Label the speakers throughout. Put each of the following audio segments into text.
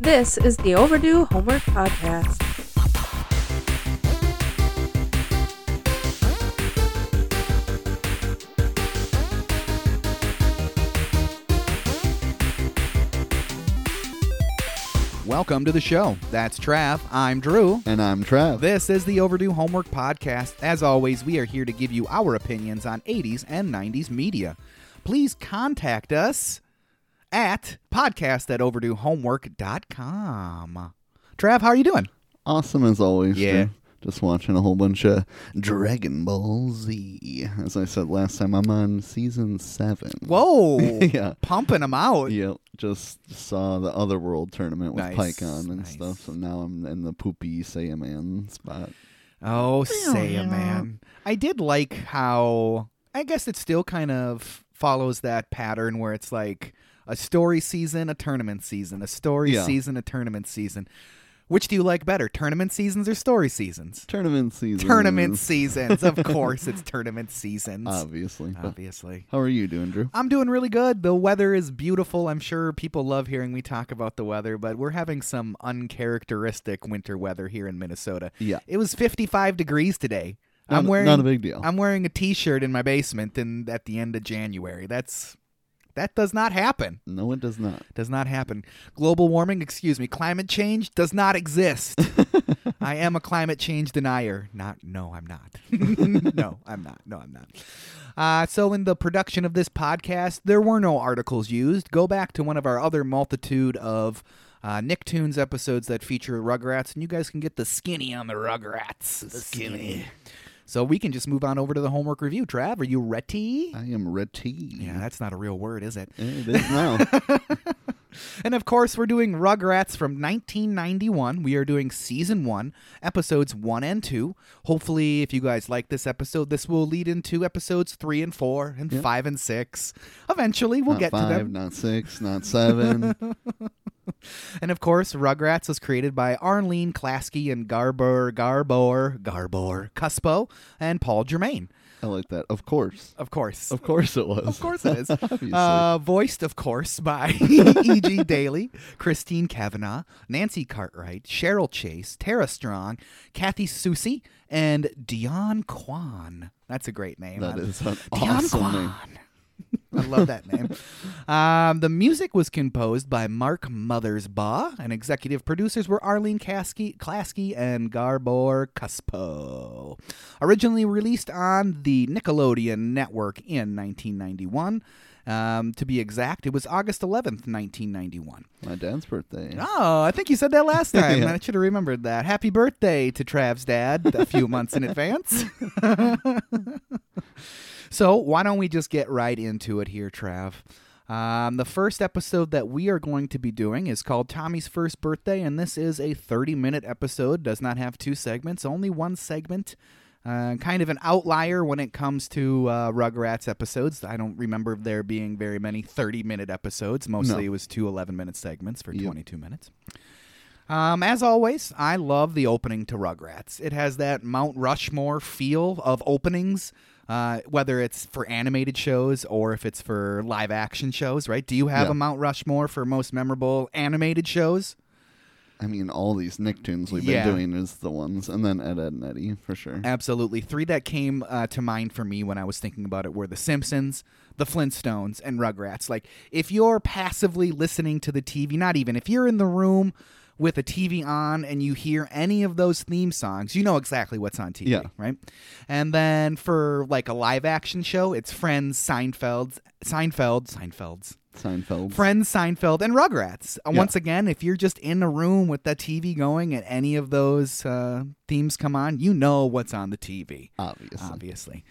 Speaker 1: This is the Overdue Homework Podcast.
Speaker 2: Welcome to the show. That's Trav. I'm Drew.
Speaker 3: And I'm Trav.
Speaker 2: This is the Overdue Homework Podcast. As always, we are here to give you our opinions on 80s and 90s media. Please contact us at podcast at overduehomework.com. Trav, how are you doing?
Speaker 3: awesome as always.
Speaker 2: Yeah.
Speaker 3: Drew. Just watching a whole bunch of Dragon Ball Z. As I said last time, I'm on season seven.
Speaker 2: Whoa.
Speaker 3: Yeah.
Speaker 2: Pumping them out.
Speaker 3: Yep. Just saw the Otherworld tournament with
Speaker 2: Nice,
Speaker 3: Pycon and
Speaker 2: nice.
Speaker 3: stuff. So now I'm in the poopy Saiyaman spot.
Speaker 2: Oh, say a man. I did like how I guess it still kind of follows that pattern where it's like a story season, a tournament season, a story
Speaker 3: Yeah.
Speaker 2: season, a tournament season. Which do you like better, tournament seasons or story seasons?
Speaker 3: Tournament season.
Speaker 2: Tournament seasons. Of course, it's tournament seasons.
Speaker 3: Obviously. But
Speaker 2: Ah. obviously.
Speaker 3: How are you doing, Drew?
Speaker 2: I'm doing really good. The weather is beautiful. I'm sure people love hearing me talk about the weather, but we're having some uncharacteristic winter weather here in Minnesota.
Speaker 3: Yeah.
Speaker 2: It was 55 degrees today.
Speaker 3: Not-
Speaker 2: I'm wearing
Speaker 3: Not a big deal.
Speaker 2: I'm wearing a t-shirt in my basement and at the end of January. That's that does not happen.
Speaker 3: no, it does not.
Speaker 2: Does not happen. Global warming, excuse me, climate change does not exist. I am a climate change denier. Not no, I'm not. no, I'm not. No, I'm not. Uh, so in the production of this podcast, there were no articles used. Go back to one of our other multitude of uh, Nicktoons episodes that feature Rugrats, and you guys can get the skinny on the Rugrats. The skinny. So we can just move on over to the homework review. Trav, are you ready?
Speaker 3: I am ready.
Speaker 2: Yeah, that's not a real word, is it?
Speaker 3: It is now.
Speaker 2: And of course, we're doing Rugrats from 1991. We are doing season one, episodes one and two. Hopefully, if you guys like this episode, this will lead into episodes three and four and five and six. Eventually, we'll
Speaker 3: not
Speaker 2: get
Speaker 3: five,
Speaker 2: to them.
Speaker 3: not six, not seven.
Speaker 2: And of course, Rugrats was created by Arlene Klasky and Garber, Garbor, Garbor, Cuspo, and Paul Germain.
Speaker 3: I like that. Of course.
Speaker 2: Of course.
Speaker 3: Of course it was.
Speaker 2: Of course it is.
Speaker 3: Obviously.
Speaker 2: Uh, voiced, of course, by E.G. Daly, Christine Kavanaugh, Nancy Cartwright, Cheryl Chase, Tara Strong, Kathy Susie, and Dion Kwan. That's a great name.
Speaker 3: that
Speaker 2: I-
Speaker 3: is an
Speaker 2: Dion
Speaker 3: awesome name.
Speaker 2: Kwan. I love that name. um, the music was composed by Mark Mothersbaugh, and executive producers were Arlene Kasky, Klasky and Garbor Cuspo. Originally released on the Nickelodeon network in 1991. Um, to be exact, it was August 11th, 1991.
Speaker 3: My dad's birthday.
Speaker 2: Oh, I think you said that last time. I should have remembered that. Happy birthday to Trav's dad a few months in advance. so, why don't we just get right into it here, Trav? Um, the first episode that we are going to be doing is called Tommy's First Birthday, and this is a 30 minute episode. Does not have two segments, only one segment. Uh, kind of an outlier when it comes to uh, Rugrats episodes. I don't remember there being very many 30 minute episodes. Mostly it was two 11 minute segments for
Speaker 3: Yep.
Speaker 2: 22 minutes. Um, as always, I love the opening to Rugrats. It has that Mount Rushmore feel of openings, uh, whether it's for animated shows or if it's for live action shows, right? Do you have
Speaker 3: Yeah.
Speaker 2: a Mount Rushmore for most memorable animated shows?
Speaker 3: I mean, all these Nicktoons we've
Speaker 2: Yeah.
Speaker 3: been doing is the ones, and then Ed, Ed, and Eddie for sure.
Speaker 2: Absolutely. Three that came uh, to mind for me when I was thinking about it were The Simpsons, The Flintstones, and Rugrats. Like, if you're passively listening to the TV, not even, if you're in the room with a TV on and you hear any of those theme songs, you know exactly what's on TV,
Speaker 3: Yeah.
Speaker 2: right? And then for like a live action show, it's Friends, Seinfeld's, Seinfeld, Seinfeld's.
Speaker 3: Seinfeld.
Speaker 2: Friends, Seinfeld, and Rugrats. Uh,
Speaker 3: Yeah.
Speaker 2: Once again, if you're just in a room with the TV going and any of those uh, themes come on, you know what's on the TV,
Speaker 3: obviously.
Speaker 2: obviously.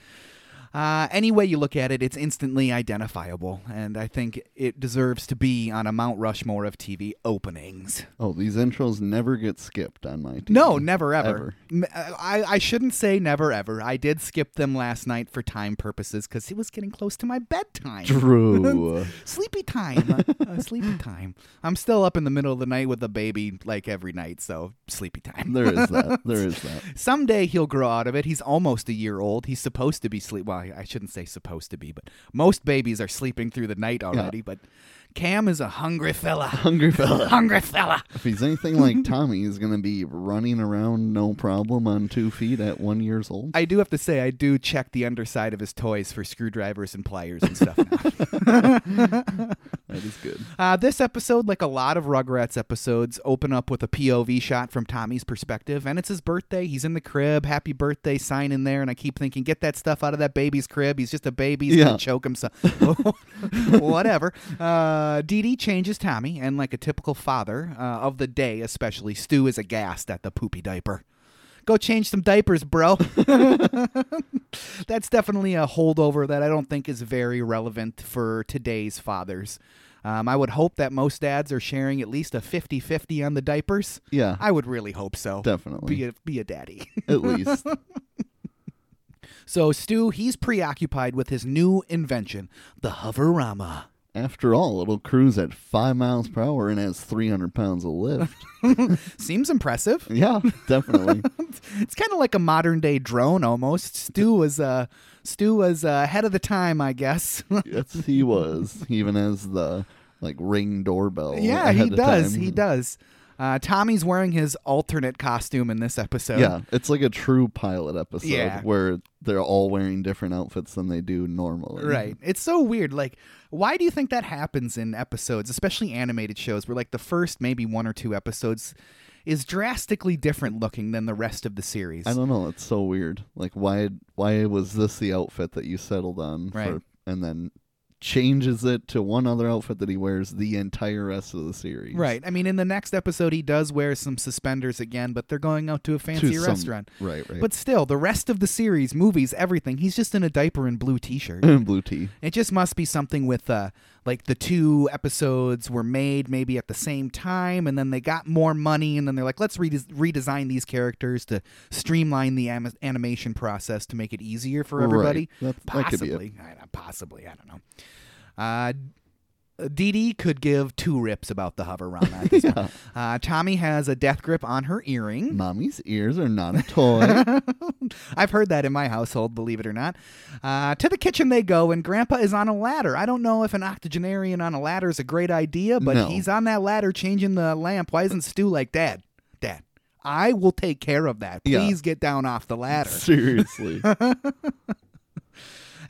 Speaker 2: Uh, any way you look at it, it's instantly identifiable, and I think it deserves to be on a Mount Rushmore of TV openings.
Speaker 3: oh, these intros never get skipped on my. TV.
Speaker 2: No, never ever.
Speaker 3: Ever.
Speaker 2: M- uh, I, I shouldn't say never ever. I did skip them last night for time purposes because it was getting close to my bedtime.
Speaker 3: Drew.
Speaker 2: sleepy time Uh, sleepy time i'm still up in the middle of the night with a baby like every night so sleepy time
Speaker 3: there is that. There is that.
Speaker 2: someday he'll grow out of it he's almost a year old he's supposed to be sleep well i shouldn't say supposed to be but most babies are sleeping through the night already but Cam is a hungry fella.
Speaker 3: Hungry fella.
Speaker 2: hungry fella.
Speaker 3: If he's anything like Tommy, he's going to be running around no problem on two feet at one years old.
Speaker 2: I do have to say, I do check the underside of his toys for screwdrivers and pliers and stuff now.
Speaker 3: That is good.
Speaker 2: Uh, this episode, like a lot of Rugrats episodes, open up with a POV shot from Tommy's perspective, and it's his birthday. He's in the crib, happy birthday sign in there, and I keep thinking, get that stuff out of that baby's crib. He's just a baby. He's
Speaker 3: Yeah.
Speaker 2: gonna choke himself. Whatever. Uh, Dee Dee changes Tommy, and like a typical father uh, of the day, especially Stu is aghast at the poopy diaper. Go change some diapers, bro. That's definitely a holdover that I don't think is very relevant for today's fathers. Um, I would hope that most dads are sharing at least a 50 50 on the diapers.
Speaker 3: Yeah,
Speaker 2: I would really hope so.
Speaker 3: definitely.
Speaker 2: Be a, be a daddy.
Speaker 3: at least.
Speaker 2: so, Stu, he's preoccupied with his new invention, the Hoverama.
Speaker 3: After all, it'll cruise at five miles per hour and has 300 pounds of lift.
Speaker 2: Seems impressive.
Speaker 3: Yeah, definitely.
Speaker 2: It's kind of like a modern day drone almost. Stu was uh, Stu was uh, ahead of the time, I guess.
Speaker 3: yes, he was. He even has the like ring doorbell.
Speaker 2: Yeah,
Speaker 3: ahead
Speaker 2: he
Speaker 3: of
Speaker 2: does.
Speaker 3: time.
Speaker 2: He does. Uh, Tommy's wearing his alternate costume in this episode.
Speaker 3: Yeah, it's like a true pilot episode
Speaker 2: Yeah.
Speaker 3: where they're all wearing different outfits than they do normally.
Speaker 2: Right. It's so weird. Like, why do you think that happens in episodes, especially animated shows, where like the first maybe one or two episodes is drastically different looking than the rest of the series?
Speaker 3: I don't know. It's so weird. Like, why? Why was this the outfit that you settled on?
Speaker 2: Right.
Speaker 3: and then changes it to one other outfit that he wears the entire rest of the series.
Speaker 2: Right. I mean, in the next episode, he does wear some suspenders again, but they're going out to a
Speaker 3: To
Speaker 2: fancy
Speaker 3: some-
Speaker 2: restaurant.
Speaker 3: Right. Right.
Speaker 2: But still, the rest of the series, movies, everything, he's just in a diaper and blue t shirt.
Speaker 3: blue tea.
Speaker 2: It just must be something with uh like the two episodes were made maybe at the same time and then they got more money and then they're like let's redes redesign these characters to streamline the am- animation process to make it easier for
Speaker 3: Right.
Speaker 2: everybody.
Speaker 3: That- that could be it.
Speaker 2: possibly. I don't- possibly, I don't know. Uh Dee Dee could give two rips about the hover around that.
Speaker 3: Yeah.
Speaker 2: uh, Tommy has a death grip on her earring.
Speaker 3: Mommy's ears are not a toy.
Speaker 2: I've heard that in my household, believe it or not. Uh, to the kitchen they go, and Grandpa is on a ladder. I don't know if an octogenarian on a ladder is a great idea, but
Speaker 3: No.
Speaker 2: he's on that ladder changing the lamp. Why isn't Stu like, Dad, Dad, I will take care of that.
Speaker 3: Yeah.
Speaker 2: Please get down off the ladder.
Speaker 3: Seriously.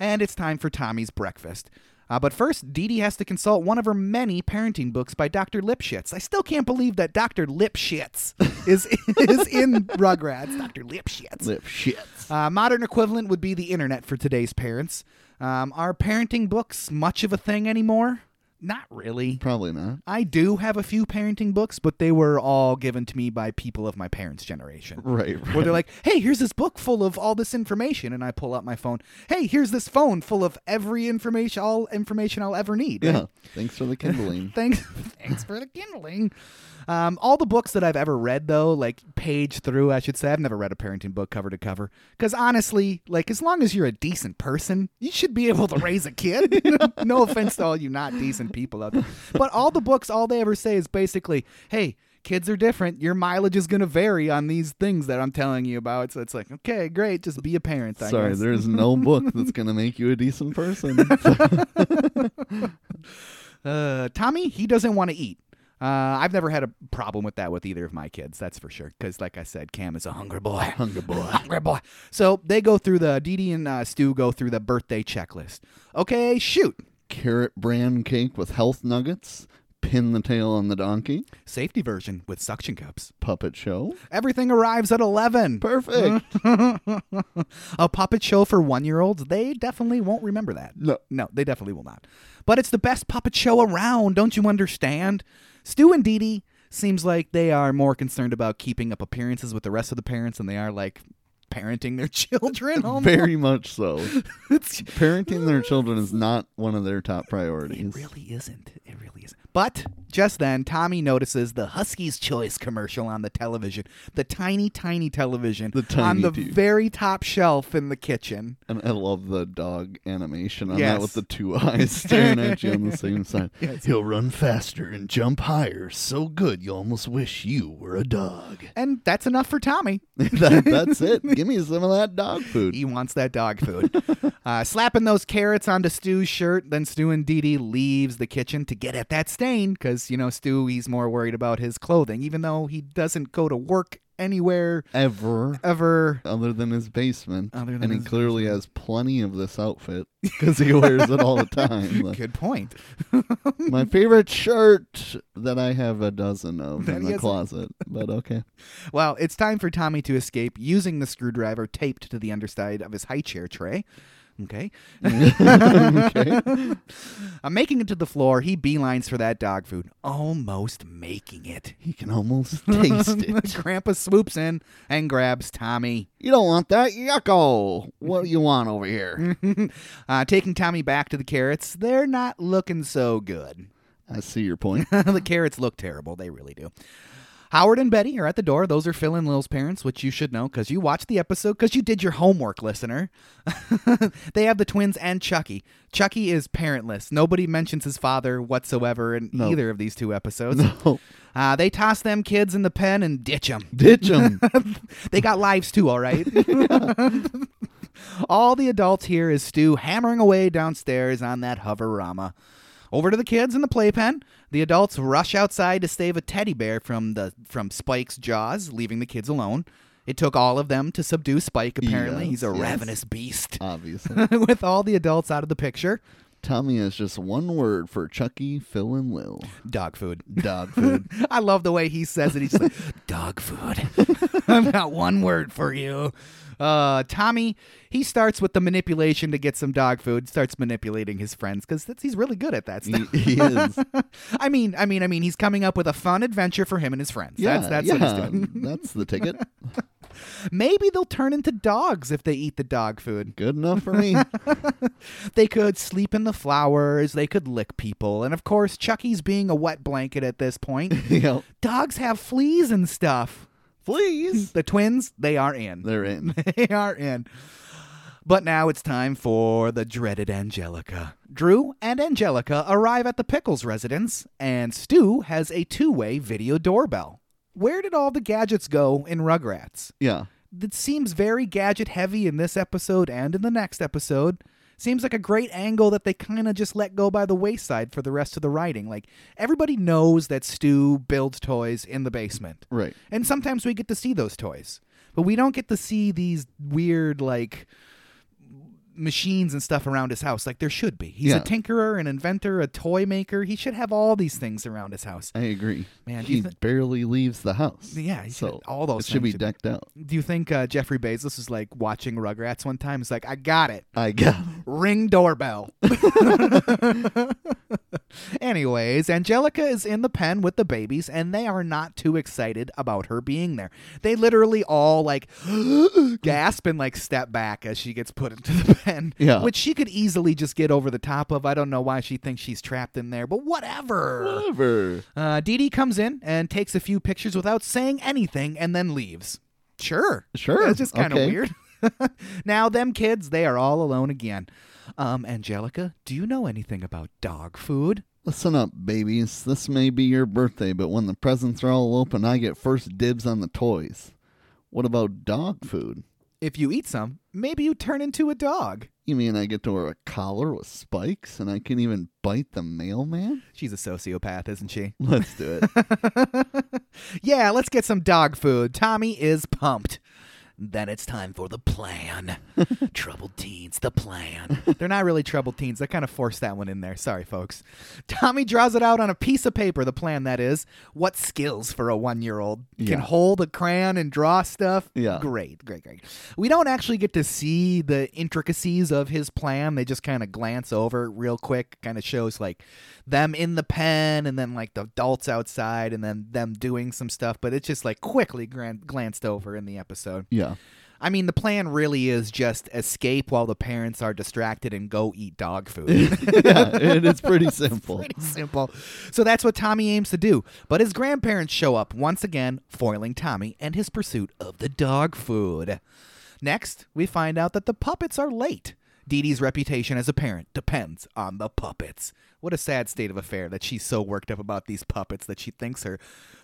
Speaker 2: and it's time for Tommy's breakfast. Uh, but first, Dee Dee has to consult one of her many parenting books by Dr. Lipschitz. I still can't believe that Dr. Lipschitz is, is in Rugrats. Dr. Lipschitz.
Speaker 3: Lip shit.
Speaker 2: Uh, modern equivalent would be the internet for today's parents. Um, are parenting books much of a thing anymore? Not really.
Speaker 3: Probably not.
Speaker 2: I do have a few parenting books, but they were all given to me by people of my parents' generation.
Speaker 3: Right. right.
Speaker 2: Where they're like, hey, here's this book full of all this information. And I pull out my phone. Hey, here's this phone full of every information, all information I'll ever need.
Speaker 3: yeah. Thanks for the kindling.
Speaker 2: Thanks, thanks for the kindling. Um, all the books that I've ever read, though, like page through, I should say, I've never read a parenting book cover to cover. Because honestly, like as long as you're a decent person, you should be able to raise a kid. no offense to all you not decent people out there, but all the books, all they ever say is basically, "Hey, kids are different. Your mileage is going to vary on these things that I'm telling you about." So it's like, okay, great, just be a parent. I
Speaker 3: Sorry,
Speaker 2: guess.
Speaker 3: there is no book that's gonna make you a decent person.
Speaker 2: Uh, Tommy, he doesn't want to eat. Uh, I've never had a problem with that with either of my kids, that's for sure. Because, like I said, Cam is a hungry boy.
Speaker 3: Hunger boy.
Speaker 2: Hungry boy. So they go through the, Dee Dee and uh, Stu go through the birthday checklist. Okay, shoot.
Speaker 3: Carrot bran cake with health nuggets. Pin the tail on the donkey.
Speaker 2: Safety version with suction cups.
Speaker 3: Puppet show.
Speaker 2: Everything arrives at 11.
Speaker 3: Perfect.
Speaker 2: a puppet show for one year olds, they definitely won't remember that.
Speaker 3: No.
Speaker 2: No, they definitely will not. But it's the best puppet show around, don't you understand? Stu and Dee Dee seems like they are more concerned about keeping up appearances with the rest of the parents than they are like parenting their children. Oh almost.
Speaker 3: Very much so.
Speaker 2: It's-
Speaker 3: Parenting their children is not one of their top priorities.
Speaker 2: it really isn't. It really isn't. But just then, Tommy notices the Huskies' Choice commercial on the television, the tiny, tiny television
Speaker 3: The tiny
Speaker 2: on the
Speaker 3: dude.
Speaker 2: very top shelf in the kitchen.
Speaker 3: And I love the dog animation on
Speaker 2: Yes.
Speaker 3: that with the two eyes staring at you on the same side. He'll run faster and jump higher, so good you almost wish you were a dog.
Speaker 2: And that's enough for Tommy.
Speaker 3: that, that's it. Give me some of that dog food.
Speaker 2: He wants that dog food. uh, slapping those carrots onto Stu's shirt, then Stu and Dee Dee leaves the kitchen to get at that stain because, you know, Stu, he's more worried about his clothing, even though he doesn't go to work anywhere
Speaker 3: Ever.
Speaker 2: ever.
Speaker 3: Other than his basement.
Speaker 2: Other than
Speaker 3: and he
Speaker 2: his
Speaker 3: clearly has plenty of this outfit because he wears it all the time. Like,
Speaker 2: Good point.
Speaker 3: my favorite shirt that I have a dozen of
Speaker 2: That
Speaker 3: in
Speaker 2: he
Speaker 3: the
Speaker 2: has a-
Speaker 3: closet. But okay.
Speaker 2: Well, it's time for Tommy to escape using the screwdriver taped to the underside of his high chair tray. Okay.
Speaker 3: okay.
Speaker 2: Uh, making it to the floor, he beelines for that dog food, almost making it.
Speaker 3: He can almost taste it.
Speaker 2: Grandpa swoops in and grabs Tommy.
Speaker 3: You don't want that? Yucko! What do you want over here?
Speaker 2: uh, taking Tommy back to the carrots, they're not looking so good.
Speaker 3: I see your point.
Speaker 2: the carrots look terrible. They really do. Howard and Betty are at the door. Those are Phil and Lil's parents, which you should know because you watched the episode because you did your homework, listener. they have the twins and Chucky. Chucky is parentless. Nobody mentions his father whatsoever in
Speaker 3: No.
Speaker 2: either of these two episodes.
Speaker 3: No.
Speaker 2: Uh, they toss them kids in the pen and ditch them.
Speaker 3: Ditch him.
Speaker 2: they got lives too, all right? all the adults here is Stu hammering away downstairs on that hoverama. Over to the kids in the playpen. The adults rush outside to save a teddy bear from the from Spike's jaws, leaving the kids alone. It took all of them to subdue Spike, apparently.
Speaker 3: Yes,
Speaker 2: He's a
Speaker 3: yes.
Speaker 2: ravenous beast.
Speaker 3: Obviously.
Speaker 2: With all the adults out of the picture,
Speaker 3: Tommy has just one word for Chucky, Phil, and Lil.
Speaker 2: dog food.
Speaker 3: Dog food.
Speaker 2: I love the way he says it. He's like, dog food. I've got one word for you. Uh, Tommy, he starts with the manipulation to get some dog food, starts manipulating his friends because he's really good at that
Speaker 3: he,
Speaker 2: stuff.
Speaker 3: he is.
Speaker 2: I mean, I mean, I mean, he's coming up with a fun adventure for him and his friends.
Speaker 3: Yeah,
Speaker 2: that's that's
Speaker 3: yeah,
Speaker 2: what he's doing.
Speaker 3: that's the ticket.
Speaker 2: Maybe they'll turn into dogs if they eat the dog food.
Speaker 3: Good enough for me.
Speaker 2: They could sleep in the flowers, they could lick people, and of course, Chucky's being a wet blanket at this point.
Speaker 3: yeah.
Speaker 2: Dogs have fleas and stuff.
Speaker 3: Please.
Speaker 2: The twins, they are in.
Speaker 3: They're in.
Speaker 2: they are in. But now it's time for the dreaded Angelica. Drew and Angelica arrive at the Pickles residence, and Stu has a two way video doorbell. Where did all the gadgets go in Rugrats?
Speaker 3: Yeah.
Speaker 2: That seems very gadget heavy in this episode and in the next episode. Seems like a great angle that they kind of just let go by the wayside for the rest of the writing. Like, everybody knows that Stu builds toys in the basement.
Speaker 3: Right.
Speaker 2: And sometimes we get to see those toys, but we don't get to see these weird like machines and stuff around his house like there should be. He's a
Speaker 3: Yeah.
Speaker 2: tinkerer, an inventor, a toy maker. He should have all these things around his house.
Speaker 3: I agree.
Speaker 2: Man, do you
Speaker 3: he
Speaker 2: thi-
Speaker 3: barely leaves the house.
Speaker 2: Yeah, he should-
Speaker 3: so
Speaker 2: all those
Speaker 3: it should
Speaker 2: things
Speaker 3: be
Speaker 2: should-
Speaker 3: decked out.
Speaker 2: Do you think uh, Jeffrey Bezos is like watching Rugrats one time? He's like, I got it.
Speaker 3: I got
Speaker 2: Ring doorbell. Anyways, Angelica is in the pen with the babies, and they are not too excited about her being there. They literally all like gasp and like step back as she gets put into the pen,
Speaker 3: Yeah.
Speaker 2: which she could easily just get over the top of. I don't know why she thinks she's trapped in there, but whatever.
Speaker 3: Whatever.
Speaker 2: Uh, Dee Dee comes in and takes a few pictures without saying anything, and then leaves. Sure.
Speaker 3: Sure.
Speaker 2: That's just kind of
Speaker 3: Okay.
Speaker 2: weird. now them kids, they are all alone again. Um, Angelica, do you know anything about dog food?
Speaker 3: Listen up, babies. This may be your birthday, but when the presents are all open, I get first dibs on the toys. What about dog food?
Speaker 2: If you eat some, maybe you turn into a dog.
Speaker 3: You mean I get to wear a collar with spikes and I can even bite the mailman?
Speaker 2: She's a sociopath, isn't she?
Speaker 3: Let's do it.
Speaker 2: yeah, let's get some dog food. Tommy is pumped. Then it's time for the plan. troubled teens, the plan. They're not really troubled teens. I kind of forced that one in there. Sorry, folks. Tommy draws it out on a piece of paper, the plan that is. What skills for a one year old?
Speaker 3: Yeah.
Speaker 2: Can hold a crayon and draw stuff?
Speaker 3: Yeah.
Speaker 2: Great, great, great. We don't actually get to see the intricacies of his plan. They just kind of glance over it real quick, kind of shows like them in the pen and then like the adults outside and then them doing some stuff, but it's just like quickly gran- glanced over in the episode.
Speaker 3: yeah.
Speaker 2: I mean, the plan really is just escape while the parents are distracted and go eat dog food.
Speaker 3: yeah, it is pretty simple.
Speaker 2: Pretty simple. So that's what Tommy aims to do. But his grandparents show up once again, foiling Tommy and his pursuit of the dog food. Next, we find out that the puppets are late. Dee Dee's reputation as a parent depends on the puppets. What a sad state of affair that she's so worked up about these puppets that she thinks her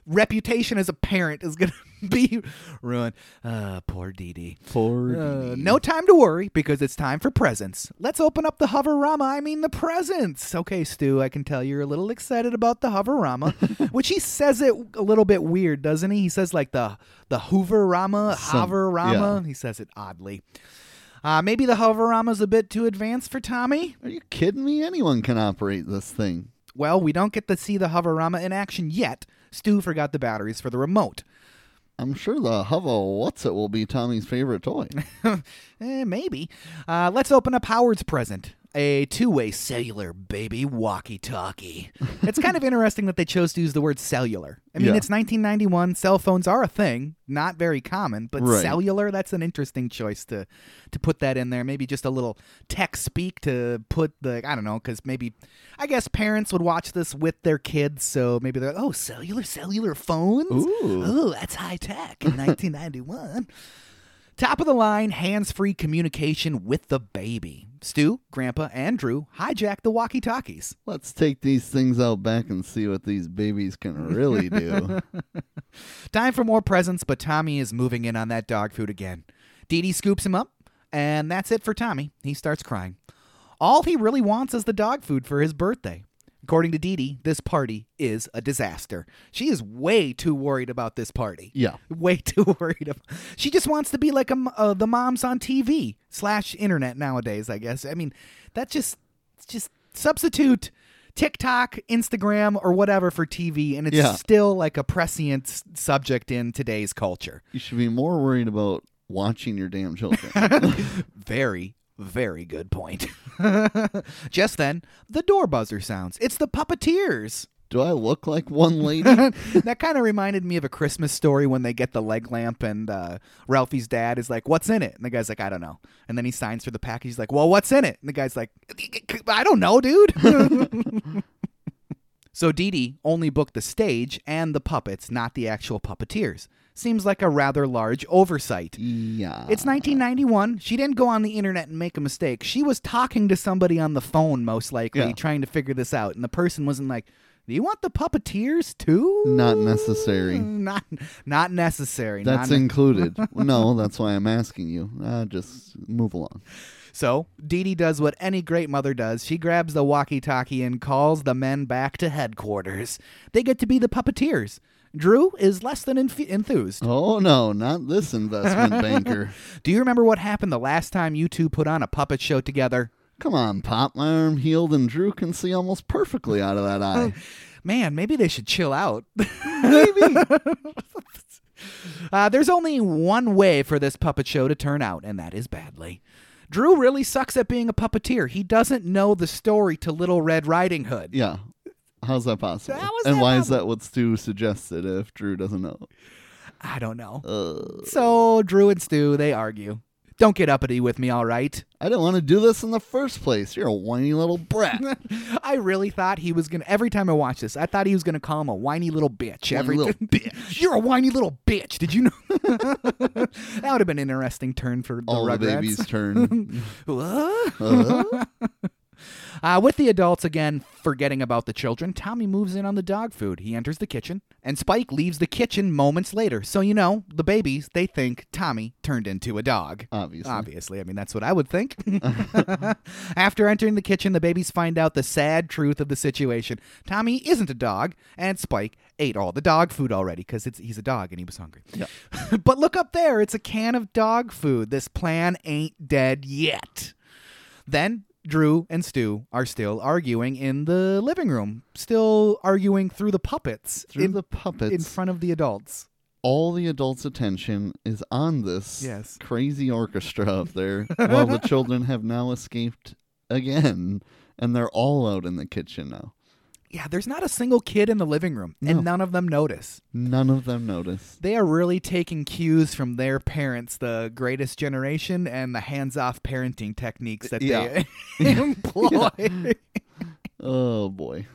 Speaker 2: reputation as a parent is going to be ruined. Ah, poor Dee Dee.
Speaker 3: Poor
Speaker 2: Uh,
Speaker 3: Dee.
Speaker 2: no time to worry because it's time for presents. Let's open up the hoverama. I mean the presents. Okay, Stu, I can tell you're a little excited about the hoverama, which he says it a little bit weird, doesn't he? He says like the the hooverama,
Speaker 3: Some-
Speaker 2: hoverama. He says it oddly. Uh, maybe the hoverama's a bit too advanced for Tommy.
Speaker 3: Are you kidding me? Anyone can operate this thing.
Speaker 2: Well, we don't get to see the hoverama in action yet. Stu forgot the batteries for the remote.
Speaker 3: I'm sure the Hubba What's It will be Tommy's favorite toy.
Speaker 2: Eh, maybe. Uh, let's open up Howard's present. A two way cellular baby walkie talkie. It's kind of interesting that they chose to use the word cellular. I mean,
Speaker 3: Yeah.
Speaker 2: it's 1991. Cell phones are a thing, not very common, but
Speaker 3: Right.
Speaker 2: cellular, that's an interesting choice to, to put that in there. Maybe just a little tech speak to put the, I don't know, because maybe, I guess parents would watch this with their kids. So maybe they're like, oh, cellular, cellular phones?
Speaker 3: Ooh.
Speaker 2: Oh, that's high tech in 1991. Top of the line, hands free communication with the baby. Stu, Grandpa, and Drew hijack the walkie talkies.
Speaker 3: Let's take these things out back and see what these babies can really do.
Speaker 2: Time for more presents, but Tommy is moving in on that dog food again. Dee Dee scoops him up, and that's it for Tommy. He starts crying. All he really wants is the dog food for his birthday. According to Dee Dee, this party is a disaster. She is way too worried about this party.
Speaker 3: yeah.
Speaker 2: way too worried about. She just wants to be like a m uh, the moms on TV slash internet nowadays. I guess. I mean, that just just substitute TikTok, Instagram, or whatever for TV, and it's
Speaker 3: Yeah.
Speaker 2: still like a prescient s- subject in today's culture.
Speaker 3: You should be more worried about watching your damn children.
Speaker 2: Very. Very good point. Just then, the door buzzer sounds. It's the puppeteers.
Speaker 3: do I look like one lady?
Speaker 2: that kind of reminded me of a Christmas story when they get the leg lamp and uh, Ralphie's dad is like, "What's in it?" And the guy's like, "I don't know." And then he signs for the package. He's like, "Well, what's in it?" And the guy's like, "I don't know, dude." so Dee Dee only booked the stage and the puppets, not the actual puppeteers. Seems like a rather large oversight.
Speaker 3: yeah.
Speaker 2: It's 1991. She didn't go on the internet and make a mistake. She was talking to somebody on the phone, most likely,
Speaker 3: Yeah.
Speaker 2: trying to figure this out. And the person wasn't like, "Do you want the puppeteers too?"
Speaker 3: Not necessary.
Speaker 2: Not, not necessary.
Speaker 3: That's
Speaker 2: not ne-
Speaker 3: included. no, that's why I'm asking you. Uh, just move along.
Speaker 2: so. Dee Dee does what any great mother does. She grabs the walkie-talkie and calls the men back to headquarters. They get to be the puppeteers. Drew is less than enf- enthused.
Speaker 3: Oh no, not this investment banker.
Speaker 2: Do you remember what happened the last time you two put on a puppet show together?
Speaker 3: Come on, Pop. My arm healed and Drew can see almost perfectly out of that eye.
Speaker 2: Oh, man, maybe they should chill out. maybe. uh, there's only one way for this puppet show to turn out, and that is badly. Drew really sucks at being a puppeteer. He doesn't know the story to Little Red Riding Hood.
Speaker 3: Yeah. How's that possible?
Speaker 2: How is
Speaker 3: and
Speaker 2: that Um,
Speaker 3: why is that what Stu suggested if Drew doesn't know?
Speaker 2: I don't know.
Speaker 3: Uh,
Speaker 2: So Drew and Stu, they argue. Don't get uppity with me, all right?
Speaker 3: I didn't want to do this in the first place. You're a whiny little brat.
Speaker 2: I really thought he was gonna. Every time I watched this, I thought he was gonna call him a whiny little bitch. Every
Speaker 3: little
Speaker 2: bitch. You're a whiny little bitch. Did you know? that would have been an interesting turn for the
Speaker 3: All the
Speaker 2: Rugrats.
Speaker 3: babies turn.
Speaker 2: What?
Speaker 3: Uh,
Speaker 2: Uh, with the adults again forgetting about the children, Tommy moves in on the dog food. He enters the kitchen, and Spike leaves the kitchen moments later. So, you know, the babies, they think Tommy turned into a dog.
Speaker 3: obviously.
Speaker 2: Obviously. I mean, that's what I would think. After entering the kitchen, the babies find out the sad truth of the situation. Tommy isn't a dog, and Spike ate all the dog food already because he's a dog and he was hungry. but look up there. It's a can of dog food. This plan ain't dead yet. Then Drew and Stu are still arguing in the living room, still arguing through the puppets
Speaker 3: Through
Speaker 2: in,
Speaker 3: the puppets.
Speaker 2: in front of the adults.
Speaker 3: all the adults' attention is on this
Speaker 2: Yes.
Speaker 3: crazy orchestra up there while the children have now escaped again and they're all out in the kitchen now.
Speaker 2: yeah, there's not a single kid in the living room,
Speaker 3: No.
Speaker 2: and none of them notice.
Speaker 3: None of them noticed.
Speaker 2: They are really taking cues from their parents, the greatest generation, and the hands off parenting techniques that
Speaker 3: Yeah.
Speaker 2: they employ.
Speaker 3: Oh boy.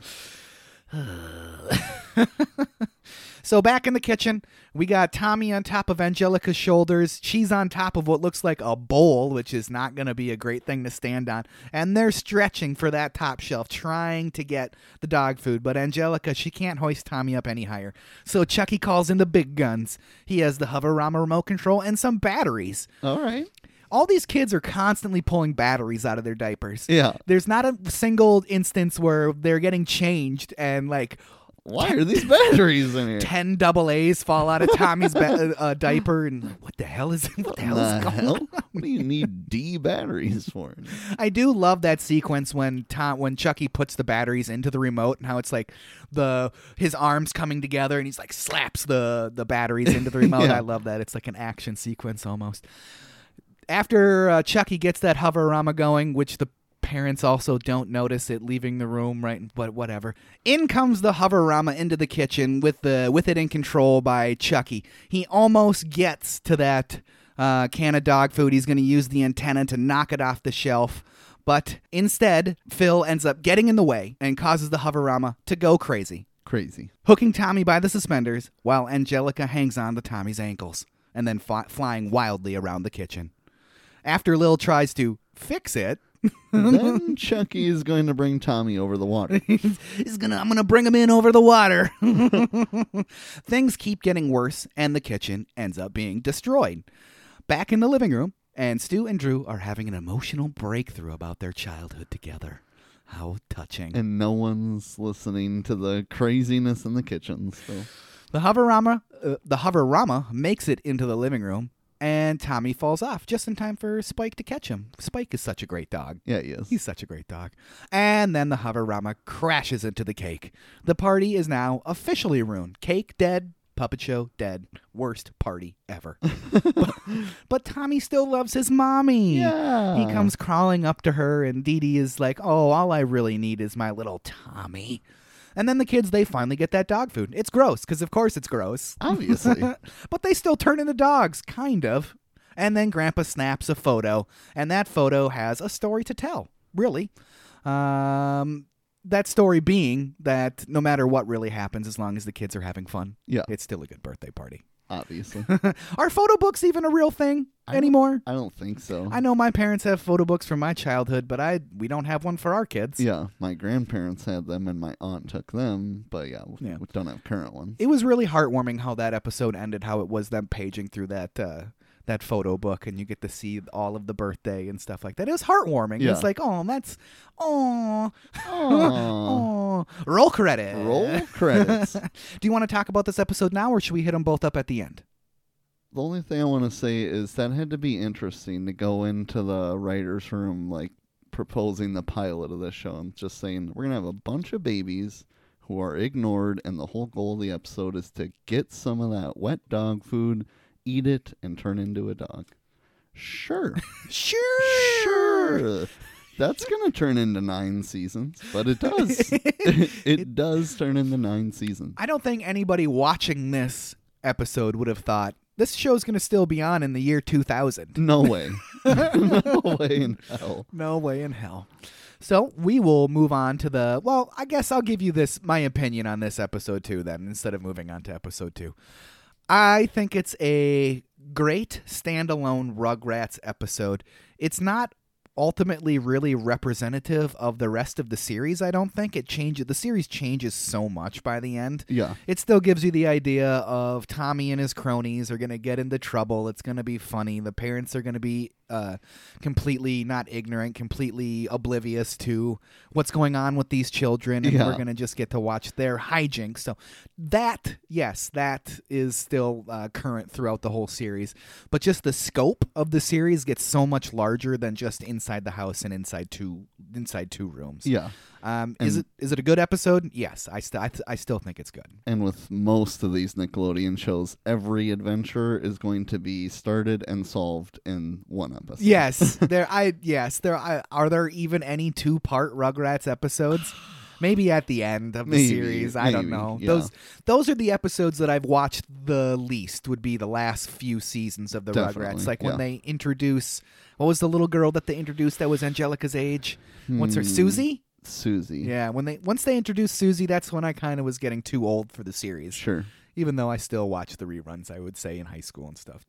Speaker 2: So back in the kitchen, we got Tommy on top of Angelica's shoulders. She's on top of what looks like a bowl, which is not going to be a great thing to stand on. And they're stretching for that top shelf, trying to get the dog food. But Angelica, she can't hoist Tommy up any higher. So Chucky calls in the big guns. He has the hover rama remote control and some batteries.
Speaker 3: All right.
Speaker 2: All these kids are constantly pulling batteries out of their diapers.
Speaker 3: Yeah.
Speaker 2: There's not a single instance where they're getting changed and like
Speaker 3: Why are these batteries in here?
Speaker 2: 10 double A's fall out of Tommy's ba- uh, uh, diaper and like, what the hell is what the hell is
Speaker 3: the
Speaker 2: going
Speaker 3: hell? What do you need D batteries for?
Speaker 2: I do love that sequence when Tom when Chucky puts the batteries into the remote and how it's like the his arms coming together and he's like slaps the the batteries into the remote.
Speaker 3: Yeah.
Speaker 2: I love that. It's like an action sequence almost. After uh, Chucky gets that hoverama going, which the parents also don't notice it leaving the room, right? But whatever. In comes the hoverama into the kitchen with the with it in control by Chucky. He almost gets to that uh, can of dog food. He's going to use the antenna to knock it off the shelf. But instead, Phil ends up getting in the way and causes the hoverama to go crazy,
Speaker 3: Crazy.
Speaker 2: hooking Tommy by the suspenders while Angelica hangs on to Tommy's ankles and then fi- flying wildly around the kitchen. After Lil tries to fix it,
Speaker 3: then Chucky is going to bring Tommy over the water.
Speaker 2: He's gonna. I'm gonna bring him in over the water. Things keep getting worse, and the kitchen ends up being destroyed. Back in the living room, and Stu and Drew are having an emotional breakthrough about their childhood together. How touching!
Speaker 3: And no one's listening to the craziness in the kitchen. So
Speaker 2: The hoverama, uh, the hoverama makes it into the living room, and Tommy falls off just in time for Spike to catch him. Spike is such a great dog.
Speaker 3: yeah, he is.
Speaker 2: He's such a great dog. And then the hoverama crashes into the cake. The party is now officially ruined. Cake dead, puppet show dead. Worst party ever. but, but Tommy still loves his mommy.
Speaker 3: yeah.
Speaker 2: He comes crawling up to her, and Dee Dee is like, Oh, all I really need is my little Tommy. And then the kids, they finally get that dog food. It's gross, because of course it's gross.
Speaker 3: Uh. Obviously.
Speaker 2: but they still turn into dogs, kind of. And then Grandpa snaps a photo, and that photo has a story to tell, really. Um, that story being that no matter what really happens, as long as the kids are having fun,
Speaker 3: Yeah.
Speaker 2: it's still a good birthday party.
Speaker 3: Obviously.
Speaker 2: Are photo books even a real thing
Speaker 3: I don't-
Speaker 2: anymore?
Speaker 3: I don't think so.
Speaker 2: I know my parents have photo books from my childhood, but I we don't have one for our kids.
Speaker 3: Yeah, my grandparents had them and my aunt took them, but yeah, we,
Speaker 2: Yeah.
Speaker 3: we don't have current ones.
Speaker 2: It was really heartwarming how that episode ended, how it was them paging through that uh, that photo book, and you get to see all of the birthday and stuff like that. It was heartwarming.
Speaker 3: Yeah.
Speaker 2: It's like, oh, that's oh,
Speaker 3: Aw.
Speaker 2: oh, roll credit.
Speaker 3: Roll credits. the
Speaker 2: Do you want to talk about this episode now, or should we hit them both up at the end?
Speaker 3: only thing I want to say is that had to be interesting to go into the writer's room, like proposing the pilot of this show and just saying, we're going to have a bunch of babies who are ignored, and the whole goal of the episode is to get some of that wet dog food, eat it, and turn into a dog. Sure.
Speaker 2: Sure.
Speaker 3: sure. That's gonna turn into nine seasons, but it does. it, does turn into nine seasons.
Speaker 2: I don't think anybody watching this episode would have thought this show's going to still be on in the year 2000.
Speaker 3: No way. no way in hell.
Speaker 2: No way in hell. So we will move on to the. Well, I guess I'll give you this my opinion on this episode two then instead of moving on to episode two. I think it's a great standalone Rugrats episode. It's not ultimately really representative of the rest of the series. I don't think it changes. The series changes so much by the end
Speaker 3: Yeah.
Speaker 2: it still gives you the idea of Tommy and his cronies are going to get into trouble. It's going to be funny. The parents are going to be uh, completely not ignorant, completely oblivious to what's going on with these children, and
Speaker 3: Yeah.
Speaker 2: we're going to just get to watch their hijinks. So that, yes, that is still uh, current throughout the whole series. But just the scope of the series gets so much larger than just inside the house and inside two inside two rooms.
Speaker 3: Yeah.
Speaker 2: Um, is it
Speaker 3: And-
Speaker 2: is it a good episode? Yes, I still I, th- I still think it's good.
Speaker 3: And with most of these Nickelodeon shows, every adventure is going to be started and solved in one episode.
Speaker 2: Yes, there. I yes, there. I, are there even any two part Rugrats episodes? Maybe at the end of the
Speaker 3: Maybe,
Speaker 2: series. I don't
Speaker 3: maybe,
Speaker 2: know.
Speaker 3: yeah.
Speaker 2: Those those are the episodes that I've watched the least. Would be the last few seasons of the
Speaker 3: Definitely,
Speaker 2: Rugrats. Like
Speaker 3: yeah.
Speaker 2: when they introduce what was the little girl that they introduced that was Angelica's age? What's her
Speaker 3: Hmm.
Speaker 2: Susie?
Speaker 3: Susie.
Speaker 2: Yeah. When they once they introduced Susie, that's when I kind of was getting too old for the series.
Speaker 3: Sure.
Speaker 2: Even though I still watch the reruns, I would say in high school and stuff.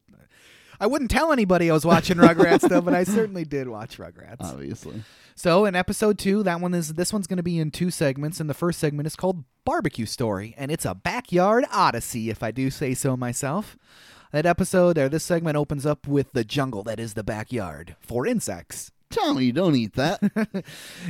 Speaker 2: I wouldn't tell anybody I was watching Rugrats though, but I certainly did watch Rugrats.
Speaker 3: Obviously.
Speaker 2: So in episode two, that one is this one's going to be in two segments, and the first segment is called Barbecue Story, and it's a backyard odyssey, if I do say so myself. That episode or this segment opens up with the jungle that is the backyard for insects.
Speaker 3: Tommy, don't eat that.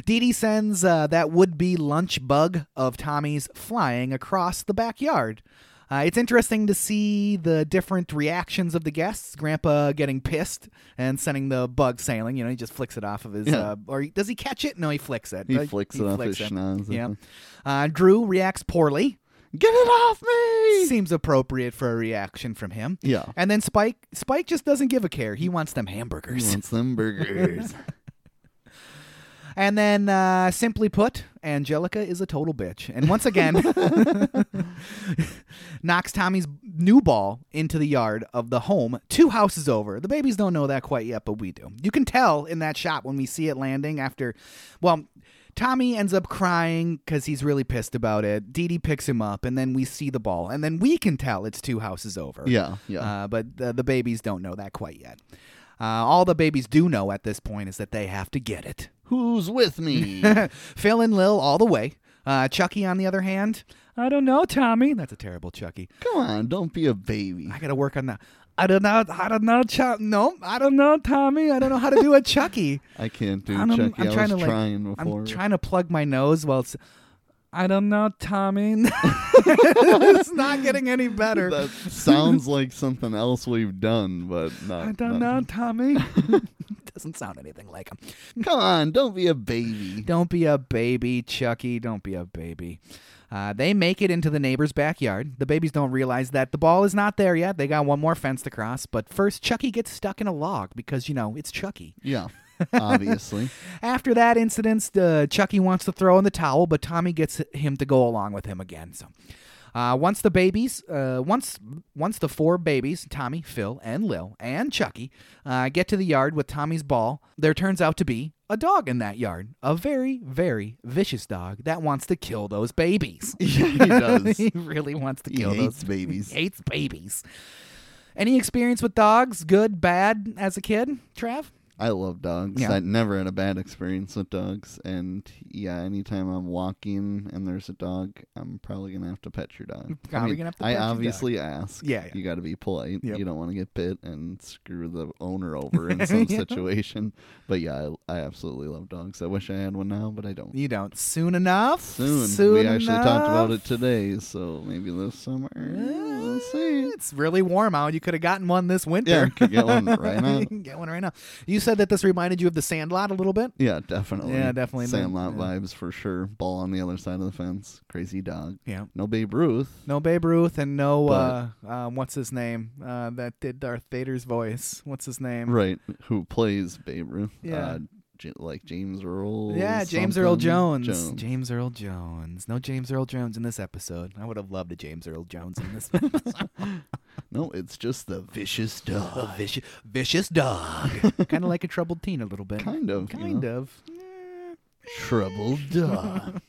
Speaker 2: Dee Dee sends uh, that would be lunch bug of Tommy's flying across the backyard. Uh, it's interesting to see the different reactions of the guests. Grandpa getting pissed and sending the bug sailing. You know, he just flicks it off of his.
Speaker 3: Yeah.
Speaker 2: Uh, or he- does he catch it? No, he flicks it.
Speaker 3: He
Speaker 2: Uh,
Speaker 3: flicks it off his schnoz. I
Speaker 2: Yeah.
Speaker 3: think.
Speaker 2: Uh, Drew reacts poorly.
Speaker 3: Get it off me.
Speaker 2: Seems appropriate for a reaction from him.
Speaker 3: Yeah.
Speaker 2: And then Spike, Spike just doesn't give a care. He wants them
Speaker 3: He
Speaker 2: hamburgers.
Speaker 3: wants them burgers.
Speaker 2: And then, uh, simply put, Angelica is a total bitch. And once again, knocks Tommy's new ball into the yard of the home two houses over. The babies don't know that quite yet, but we do. You can tell in that shot when we see it landing after, well, Tommy ends up crying because he's really pissed about it. Dee Dee picks him up, and then we see the ball. And then we can tell it's two houses over.
Speaker 3: yeah. Yeah.
Speaker 2: Uh, but the, the babies don't know that quite yet. Uh, all the babies do know at this point is that they have to get it.
Speaker 3: Who's with me?
Speaker 2: Phil and Lil all the way. Uh, Chucky, on the other hand, I don't know, Tommy. That's a terrible Chucky.
Speaker 3: Come on, don't be a baby.
Speaker 2: I gotta work on that. I don't know. I don't know. Chuck. No, I don't know, Tommy. I don't know how to do a Chucky.
Speaker 3: I can't do
Speaker 2: I'm-
Speaker 3: Chucky.
Speaker 2: I'm
Speaker 3: I
Speaker 2: trying
Speaker 3: was
Speaker 2: to, like-
Speaker 3: trying before.
Speaker 2: I'm trying to plug my nose while it's. I don't know, Tommy. it's not getting any better.
Speaker 3: That sounds like something else we've done, but not.
Speaker 2: I don't
Speaker 3: not-
Speaker 2: know, Tommy. Doesn't sound anything like him.
Speaker 3: Come on, don't be a baby.
Speaker 2: Don't be a baby, Chucky. Don't be a baby. Uh, they make it into the neighbor's backyard. The babies don't realize that the ball is not there yet. They got one more fence to cross. But first, Chucky gets stuck in a log because, you know, it's Chucky.
Speaker 3: Yeah, obviously.
Speaker 2: After that incident, uh, Chucky wants to throw in the towel, but Tommy gets him to go along with him again. So. Uh, once the babies, uh, once once the four babies, Tommy, Phil, and Lil, and Chucky, uh, get to the yard with Tommy's ball, there turns out to be a dog in that yard, a very, very vicious dog that wants to kill those babies.
Speaker 3: he does.
Speaker 2: he really wants to
Speaker 3: He
Speaker 2: kill those
Speaker 3: hates babies.
Speaker 2: He hates babies. Any experience with dogs, good, bad, as a kid, Trav?
Speaker 3: I love dogs.
Speaker 2: Yeah.
Speaker 3: I never had a bad experience with dogs. And yeah, anytime I'm walking and there's a dog, I'm probably gonna have to pet your dog. I,
Speaker 2: probably
Speaker 3: mean,
Speaker 2: gonna have to
Speaker 3: I
Speaker 2: pet your dog.
Speaker 3: obviously ask.
Speaker 2: Yeah, yeah.
Speaker 3: you got to be polite.
Speaker 2: Yep.
Speaker 3: You don't want to get bit and screw the owner over in some
Speaker 2: Yeah.
Speaker 3: situation. But yeah, I, I absolutely love dogs. I wish I had one now, but I don't.
Speaker 2: You don't. Soon enough.
Speaker 3: Soon,
Speaker 2: Soon
Speaker 3: we actually talked about
Speaker 2: enough.
Speaker 3: it today, so maybe this summer we'll see.
Speaker 2: It's really warm out. You could have gotten one this
Speaker 3: Yeah,
Speaker 2: winter.
Speaker 3: could get one right now.
Speaker 2: you can get one right now. You said that this reminded you of the Sandlot a little bit.
Speaker 3: Yeah, definitely.
Speaker 2: Yeah, definitely not-
Speaker 3: Sandlot
Speaker 2: yeah.
Speaker 3: vibes for sure. Ball on the other side of the fence. Crazy dog.
Speaker 2: Yeah.
Speaker 3: No Babe Ruth.
Speaker 2: No Babe Ruth and no uh,
Speaker 3: But-
Speaker 2: um, what's his name uh, that did Darth Vader's voice. What's his name?
Speaker 3: Right. Who plays Babe Ruth?
Speaker 2: Yeah.
Speaker 3: Uh, J- like James Earl.
Speaker 2: Yeah, James Earl
Speaker 3: something?
Speaker 2: Jones.
Speaker 3: Jones.
Speaker 2: James Earl Jones. No James Earl Jones in this episode. I would have loved a James Earl Jones in this.
Speaker 3: No, it's just the vicious dog.
Speaker 2: vicious, vicious dog. kind of like a troubled teen a little bit.
Speaker 3: Kind of. you
Speaker 2: Kind
Speaker 3: know?
Speaker 2: of.
Speaker 3: Trouble dog.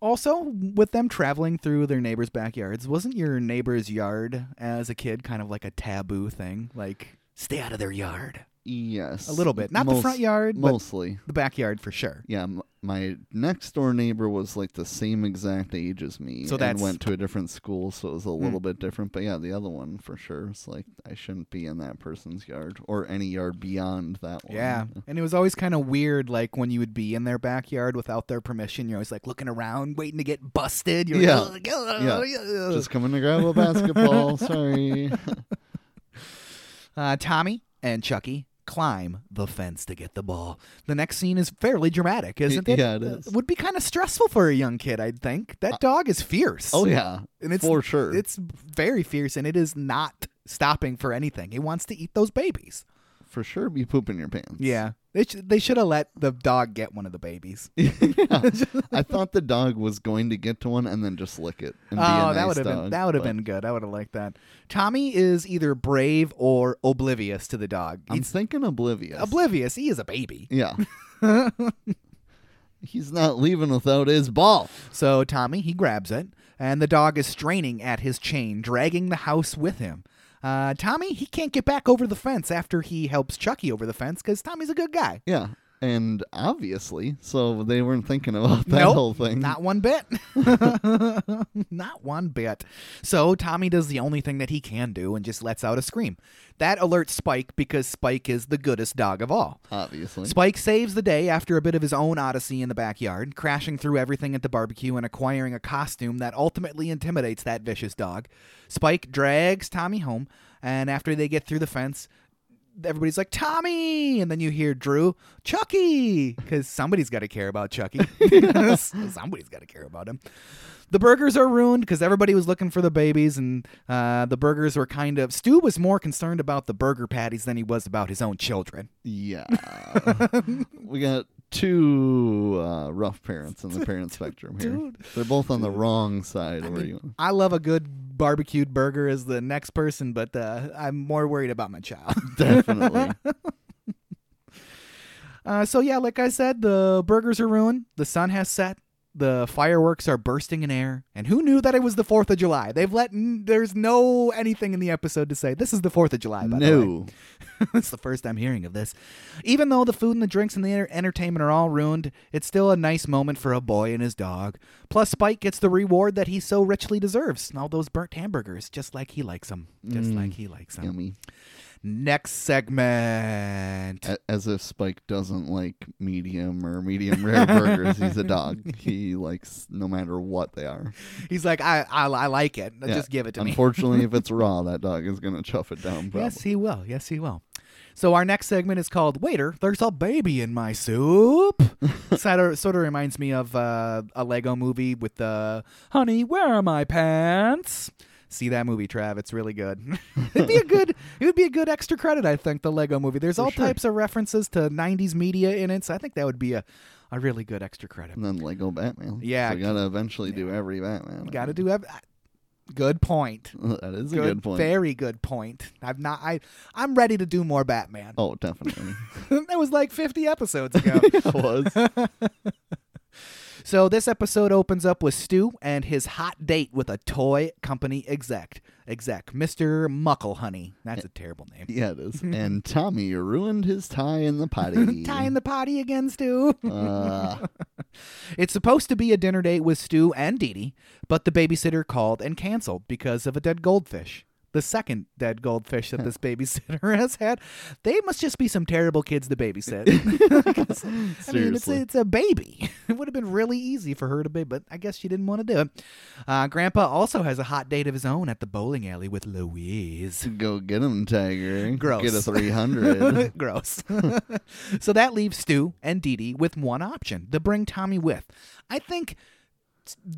Speaker 2: Also, with them traveling through their neighbors' backyards, wasn't your neighbor's yard as a kid kind of like a taboo thing? Like, stay out of their yard.
Speaker 3: yes.
Speaker 2: A little bit. Not the
Speaker 3: Most-
Speaker 2: front yard, but
Speaker 3: Mostly.
Speaker 2: the backyard for sure.
Speaker 3: Yeah, m- my next door neighbor was like the same exact age as me.
Speaker 2: So
Speaker 3: and
Speaker 2: that's- Hmm.
Speaker 3: went to a different school, so it was a little bit different. But yeah, the other one for sure is like I shouldn't be in that person's yard or any yard beyond that one.
Speaker 2: Yeah. And it was always kind of weird, like when you would be in their backyard without their permission, you're always like looking around, waiting to get busted. You're
Speaker 3: Yeah.
Speaker 2: like, "Ugh, ugh."
Speaker 3: Just coming to grab a basketball. Sorry.
Speaker 2: Uh, Tommy and Chucky climb the fence to get the ball. The next scene is fairly dramatic, isn't it?
Speaker 3: yeah, it is. Uh,
Speaker 2: would be kind of stressful for a young kid, I'd think. That dog is fierce.
Speaker 3: oh yeah,
Speaker 2: and it's
Speaker 3: for sure.
Speaker 2: it's very fierce, and it is not stopping for anything. It wants to eat those babies.
Speaker 3: for sure be pooping your pants.
Speaker 2: Yeah. They, sh- they should have let the dog get one of the babies.
Speaker 3: Yeah. I thought the dog was going to get to one and then just lick it. And be a
Speaker 2: oh, that
Speaker 3: nice
Speaker 2: would have been
Speaker 3: dog,
Speaker 2: that would have
Speaker 3: but
Speaker 2: been good. I would have liked that. Tommy is either brave or oblivious to the dog.
Speaker 3: I'm
Speaker 2: He's
Speaker 3: thinking oblivious.
Speaker 2: oblivious. He is a baby.
Speaker 3: yeah. He's not leaving without his ball.
Speaker 2: So Tommy he grabs it, and the dog is straining at his chain, dragging the house with him. Uh, Tommy he can't get back over the fence after he helps Chucky over the fence because Tommy's a good guy.
Speaker 3: Yeah. And obviously, so they weren't thinking about that
Speaker 2: Nope,
Speaker 3: whole thing.
Speaker 2: Not one bit. not one bit. So Tommy does the only thing that he can do and just lets out a scream. That alerts Spike because Spike is the goodest dog of all.
Speaker 3: obviously.
Speaker 2: Spike saves the day after a bit of his own odyssey in the backyard, crashing through everything at the barbecue and acquiring a costume that ultimately intimidates that vicious dog. Spike drags Tommy home, and after they get through the fence, everybody's like, Tommy! And then you hear Drew, Chucky! Because somebody's got to care about Chucky. somebody's got to care about him. The burgers are ruined because everybody was looking for the babies, and uh, the burgers were kind of. Stu was more concerned about the burger patties than he was about his own children.
Speaker 3: yeah. we got two uh, rough parents in the parent spectrum here.
Speaker 2: Dude.
Speaker 3: They're both on the wrong side. where you?
Speaker 2: I love a good barbecued burger as the next person, but uh, I'm more worried about my child.
Speaker 3: Definitely.
Speaker 2: Uh, so yeah, like I said, the burgers are ruined. The sun has set. The fireworks are bursting in air. And who knew that it was the Fourth of July? They've let n- there's no anything in the episode to say this is the Fourth of July. By the way.
Speaker 3: no.
Speaker 2: it's the first I'm hearing of this. Even though the food and the drinks and the enter- entertainment are all ruined, it's still a nice moment for a boy and his dog. Plus, Spike gets the reward that he so richly deserves all those burnt hamburgers, just like he likes them. Just like he likes them.
Speaker 3: Yummy.
Speaker 2: Next segment.
Speaker 3: A- as if Spike doesn't like medium or medium rare burgers. He's a dog. He likes no matter what they are.
Speaker 2: He's like, I, I, I like it.
Speaker 3: Yeah.
Speaker 2: Just give it to me.
Speaker 3: Unfortunately, if it's raw, that dog is gonna chuff it down. Probably.
Speaker 2: Yes, he will. Yes, he will. So our next segment is called "Waiter, There's a Baby in My Soup." sort of sort of reminds me of uh, a Lego movie with the "Honey, where are my pants?" See that movie, Trav? It's really good. It'd be a good. It would be a good extra credit, I think. The Lego movie. There's all
Speaker 3: sure.
Speaker 2: types of references to '90s media in it, so I think that would be a, a really good extra credit.
Speaker 3: And then Lego Batman.
Speaker 2: Yeah,
Speaker 3: we gotta eventually do every Batman.
Speaker 2: Got to do. Ev- good point.
Speaker 3: That is Mm-hmm. a good point.
Speaker 2: Very good point. I've not. I. I'm ready to do more Batman.
Speaker 3: Oh, definitely.
Speaker 2: that was like 50 episodes ago.
Speaker 3: it was.
Speaker 2: so this episode opens up with Stu and his hot date with a toy company exec. Exec, Mr. Mucklehoney. That's a terrible name.
Speaker 3: Yeah, it is. And Tommy ruined his tie in the potty.
Speaker 2: Tying the potty again, Stu.
Speaker 3: Uh,
Speaker 2: It's supposed to be a dinner date with Stu and Dee Dee, but the babysitter called and canceled because of a dead goldfish. The second dead goldfish that this babysitter has had. They must just be some terrible kids to babysit. 'Cause, I mean, it's a,
Speaker 3: Seriously.
Speaker 2: it's a baby. It would have been really easy for her to be, but I guess she didn't want to do it. Uh, Grandpa also has a hot date of his own at the bowling alley with Louise.
Speaker 3: go get him, Tiger.
Speaker 2: Gross.
Speaker 3: Get a three hundred.
Speaker 2: Gross. so that leaves Stu and Dee Dee with one option to bring Tommy with. I think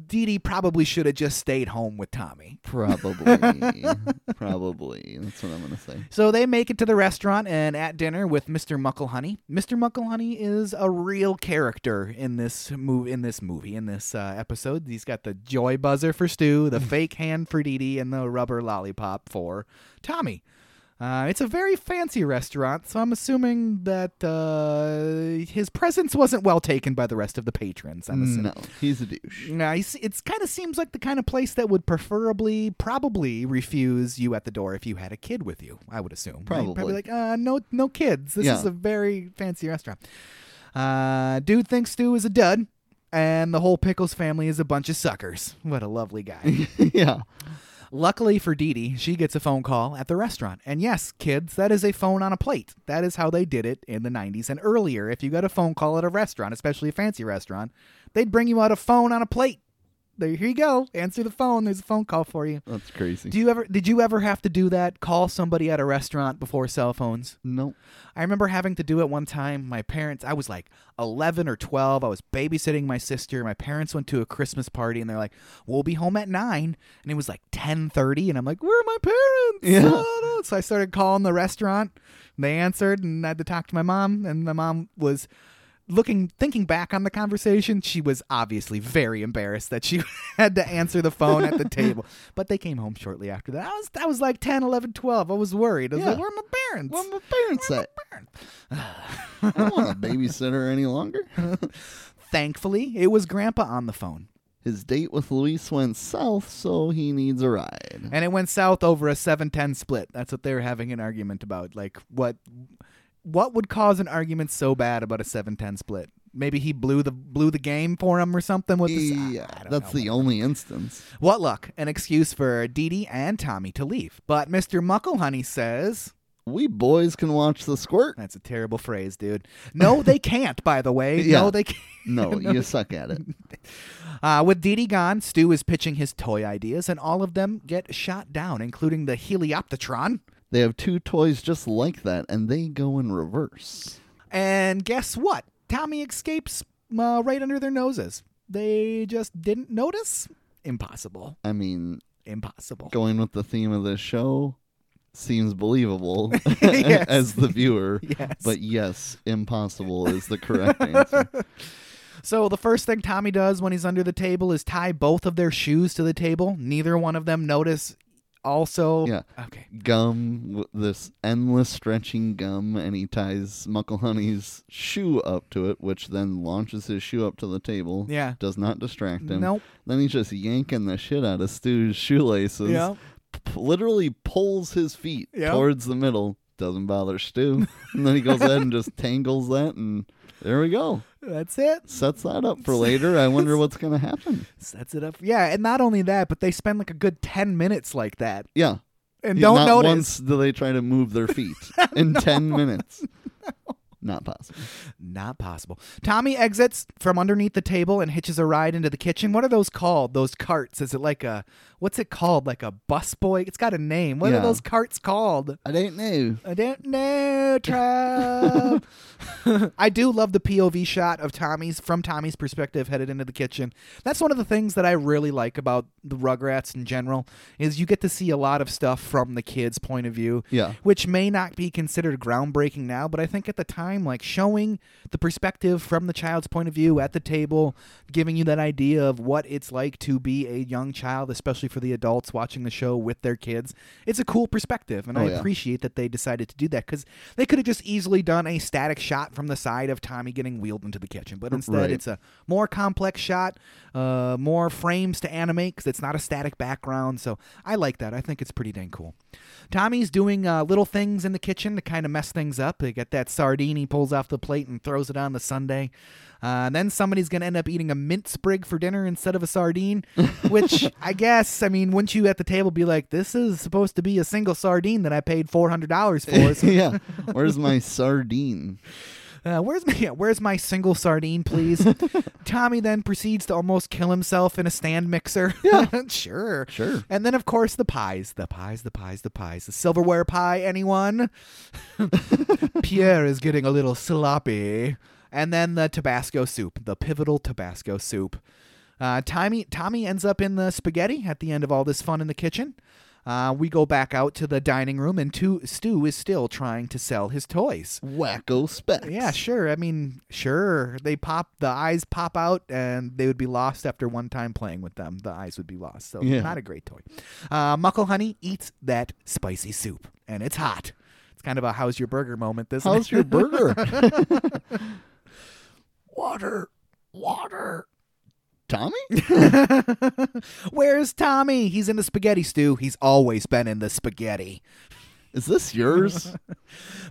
Speaker 2: Dee Dee probably should have just stayed home with Tommy.
Speaker 3: Probably. Probably. That's what I'm gonna say.
Speaker 2: So they make it to the restaurant and at dinner with Mr. Mucklehoney. Mr. Mucklehoney is a real character in this move in this movie in this uh, episode. He's got the joy buzzer for Stu, the fake hand for Dee Dee, and the rubber lollipop for Tommy. Uh, it's a very fancy restaurant, so I'm assuming that uh, his presence wasn't well taken by the rest of the patrons. I'm assuming.
Speaker 3: No, he's a douche.
Speaker 2: Now, it's, it's kind of seems like the kind of place that would preferably, probably refuse you at the door if you had a kid with you. I would assume. right?
Speaker 3: Probably.
Speaker 2: like, uh, no, no kids. This
Speaker 3: Yeah.
Speaker 2: is a very fancy restaurant. Uh, dude thinks Stu is a dud, and the whole Pickles family is a bunch of suckers. What a lovely guy.
Speaker 3: yeah.
Speaker 2: Luckily for Dee Dee, she gets a phone call at the restaurant. And yes, kids, that is a phone on a plate. That is how they did it in the 90s and earlier. If you got a phone call at a restaurant, especially a fancy restaurant, they'd bring you out a phone on a plate. there here you go. Answer the phone. There's a phone call for you.
Speaker 3: That's crazy.
Speaker 2: Do you ever did you ever have to do that? Call somebody at a restaurant before cell phones?
Speaker 3: nope.
Speaker 2: I remember having to do it one time. My parents, I was like 11 or 12. I was babysitting my sister. My parents went to a Christmas party and they're like, "We'll be home at 9." And it was like 10:30 and I'm like, "Where are my parents?"
Speaker 3: Yeah.
Speaker 2: I don't know. So I started calling the restaurant. and They answered and I had to talk to my mom and my mom was looking thinking back on the conversation, she was obviously very embarrassed that she had to answer the phone at the table. But they came home shortly after that. I was I was like 10, 11, 12. I was worried. I was
Speaker 3: Yeah.
Speaker 2: like, "Where are my parents?"
Speaker 3: Where my parents at? I don't want a babysitter any longer.
Speaker 2: Thankfully, it was Grandpa on the phone.
Speaker 3: His date with Luis went south, so he needs a ride.
Speaker 2: And it went south over a 7-10 split. That's what they were having an argument about. Like what what would cause an argument so bad about a 7-10 split? Maybe he blew the blew the game for him or something with this.
Speaker 3: Yeah, that's the only instance.
Speaker 2: What luck? An excuse for Dee Dee and Tommy to leave. But Mr. Mucklehoney says
Speaker 3: We boys can watch the squirt.
Speaker 2: that's a terrible phrase, dude. No, they can't, by the way.
Speaker 3: Yeah.
Speaker 2: No, they can't.
Speaker 3: No, you suck at it.
Speaker 2: Uh, with Dee Dee gone, Stu is pitching his toy ideas, and all of them get shot down, including the Helioptatron.
Speaker 3: They have two toys just like that, and they go in reverse.
Speaker 2: And guess what? Tommy escapes uh, right under their noses. They just didn't notice? Impossible.
Speaker 3: I mean,
Speaker 2: Impossible.
Speaker 3: going with the theme of this show seems believable
Speaker 2: Yes.
Speaker 3: as the viewer.
Speaker 2: Yes.
Speaker 3: But yes, impossible is the correct answer.
Speaker 2: So the first thing Tommy does when he's under the table is tie both of their shoes to the table. Neither one of them notice. Also,
Speaker 3: Yeah.
Speaker 2: Okay.
Speaker 3: Gum, w- this endless stretching gum, and he ties Mucklehoney's shoe up to it, which then launches his shoe up to the table.
Speaker 2: Yeah.
Speaker 3: Does not distract him.
Speaker 2: Nope.
Speaker 3: Then he's just yanking the shit out of Stu's shoelaces.
Speaker 2: Yeah.
Speaker 3: p- literally pulls his feet
Speaker 2: Yeah.
Speaker 3: towards the middle. Doesn't bother Stu. and then he goes ahead and just tangles that, and there we go.
Speaker 2: That's it.
Speaker 3: Sets that up for later. I wonder what's going to happen.
Speaker 2: Sets it up. Yeah, and not only that, but they spend like a good ten minutes like that
Speaker 3: Yeah.
Speaker 2: and
Speaker 3: Yeah,
Speaker 2: don't
Speaker 3: Not
Speaker 2: notice.
Speaker 3: once do they try to move their feet in 10 minutes. Not possible.
Speaker 2: Not possible. Tommy exits from underneath the table and hitches a ride into the kitchen. What are those called? Those carts? Is it like a what's it called? Like a bus boy? It's got a name. What are
Speaker 3: Yeah.
Speaker 2: those carts called?
Speaker 3: I don't know.
Speaker 2: I don't know, Trav. I do love the POV shot of Tommy's from Tommy's perspective headed into the kitchen. That's one of the things that I really like about the Rugrats in general is you get to see a lot of stuff from the kids' point of view.
Speaker 3: Yeah.
Speaker 2: Which may not be considered groundbreaking now, but I think at the time, like showing the perspective from the child's point of view at the table, giving you that idea of what it's like to be a young child, especially for the adults watching the show with their kids, it's a cool perspective. And
Speaker 3: Oh,
Speaker 2: I
Speaker 3: yeah.
Speaker 2: appreciate appreciate that they decided to do that because they could have just easily done a static shot from the side of Tommy getting wheeled into the kitchen. But instead,
Speaker 3: Right.
Speaker 2: it's a more complex shot, uh, more frames to animate because it's not a static background. So I like that. I think it's pretty dang cool. Tommy's doing uh, little things in the kitchen to kind of mess things up. They got that sardine he pulls off the plate and throws it on the Sunday. Uh, and then somebody's going to end up eating a mint sprig for dinner instead of a sardine, which I guess, I mean, wouldn't you at the table be like, this is supposed to be a single sardine that I paid $400 for? So,
Speaker 3: yeah. Where's my sardine?
Speaker 2: uh, where's, my, yeah, where's my single sardine, please? Tommy then proceeds to almost kill himself in a stand mixer. Yeah. sure.
Speaker 3: Sure.
Speaker 2: And then, of course, the pies. The pies, the pies, the pies. The silverware pie, anyone? Pierre is getting a little sloppy. And then the Tabasco soup, the pivotal Tabasco soup. Uh, Tommy, Tommy ends up in the spaghetti at the end of all this fun in the kitchen. Uh, we go back out to the dining room, and two, Stu is still trying to sell his toys.
Speaker 3: Wacko specs.
Speaker 2: Yeah, sure. I mean, sure. They pop, the eyes pop out, and they would be lost after one time playing with them. The eyes would be lost. So,
Speaker 3: Yeah.
Speaker 2: not a great toy. Uh, Muckle Honey eats that spicy soup, and it's hot. It's kind of a how's your burger moment, this
Speaker 3: How's your burger?
Speaker 2: water? Water.
Speaker 3: Tommy?
Speaker 2: Where's Tommy? He's in the spaghetti stew. He's always been in the spaghetti.
Speaker 3: Is this yours?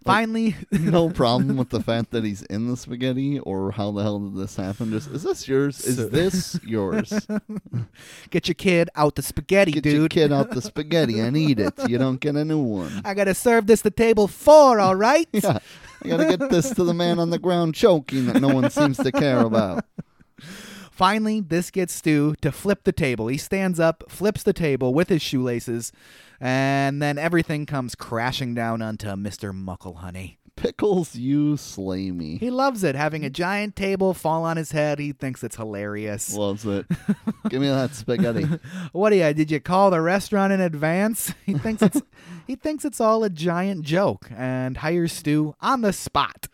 Speaker 2: Finally,
Speaker 3: No problem with the fact that he's in the spaghetti or how the hell did this happen? Just, is this yours? Is this yours?
Speaker 2: get your kid out the spaghetti,
Speaker 3: Get your
Speaker 2: dude.
Speaker 3: kid out the spaghetti and eat it. You don't get a new one.
Speaker 2: I gotta serve this to table four, all right?
Speaker 3: Yeah. I gotta get this to the man on the ground choking that no one seems to care about.
Speaker 2: Finally, this gets Stu to flip the table. He stands up, flips the table with his shoelaces, and then everything comes crashing down onto Mr. Mucklehoney.
Speaker 3: Pickles, you slay me.
Speaker 2: He loves it, having a giant table fall on his head. He thinks it's hilarious.
Speaker 3: Loves it. Give me that spaghetti.
Speaker 2: What do you? Did you call the restaurant in advance? He thinks it's he thinks it's all a giant joke and hires Stu on the spot.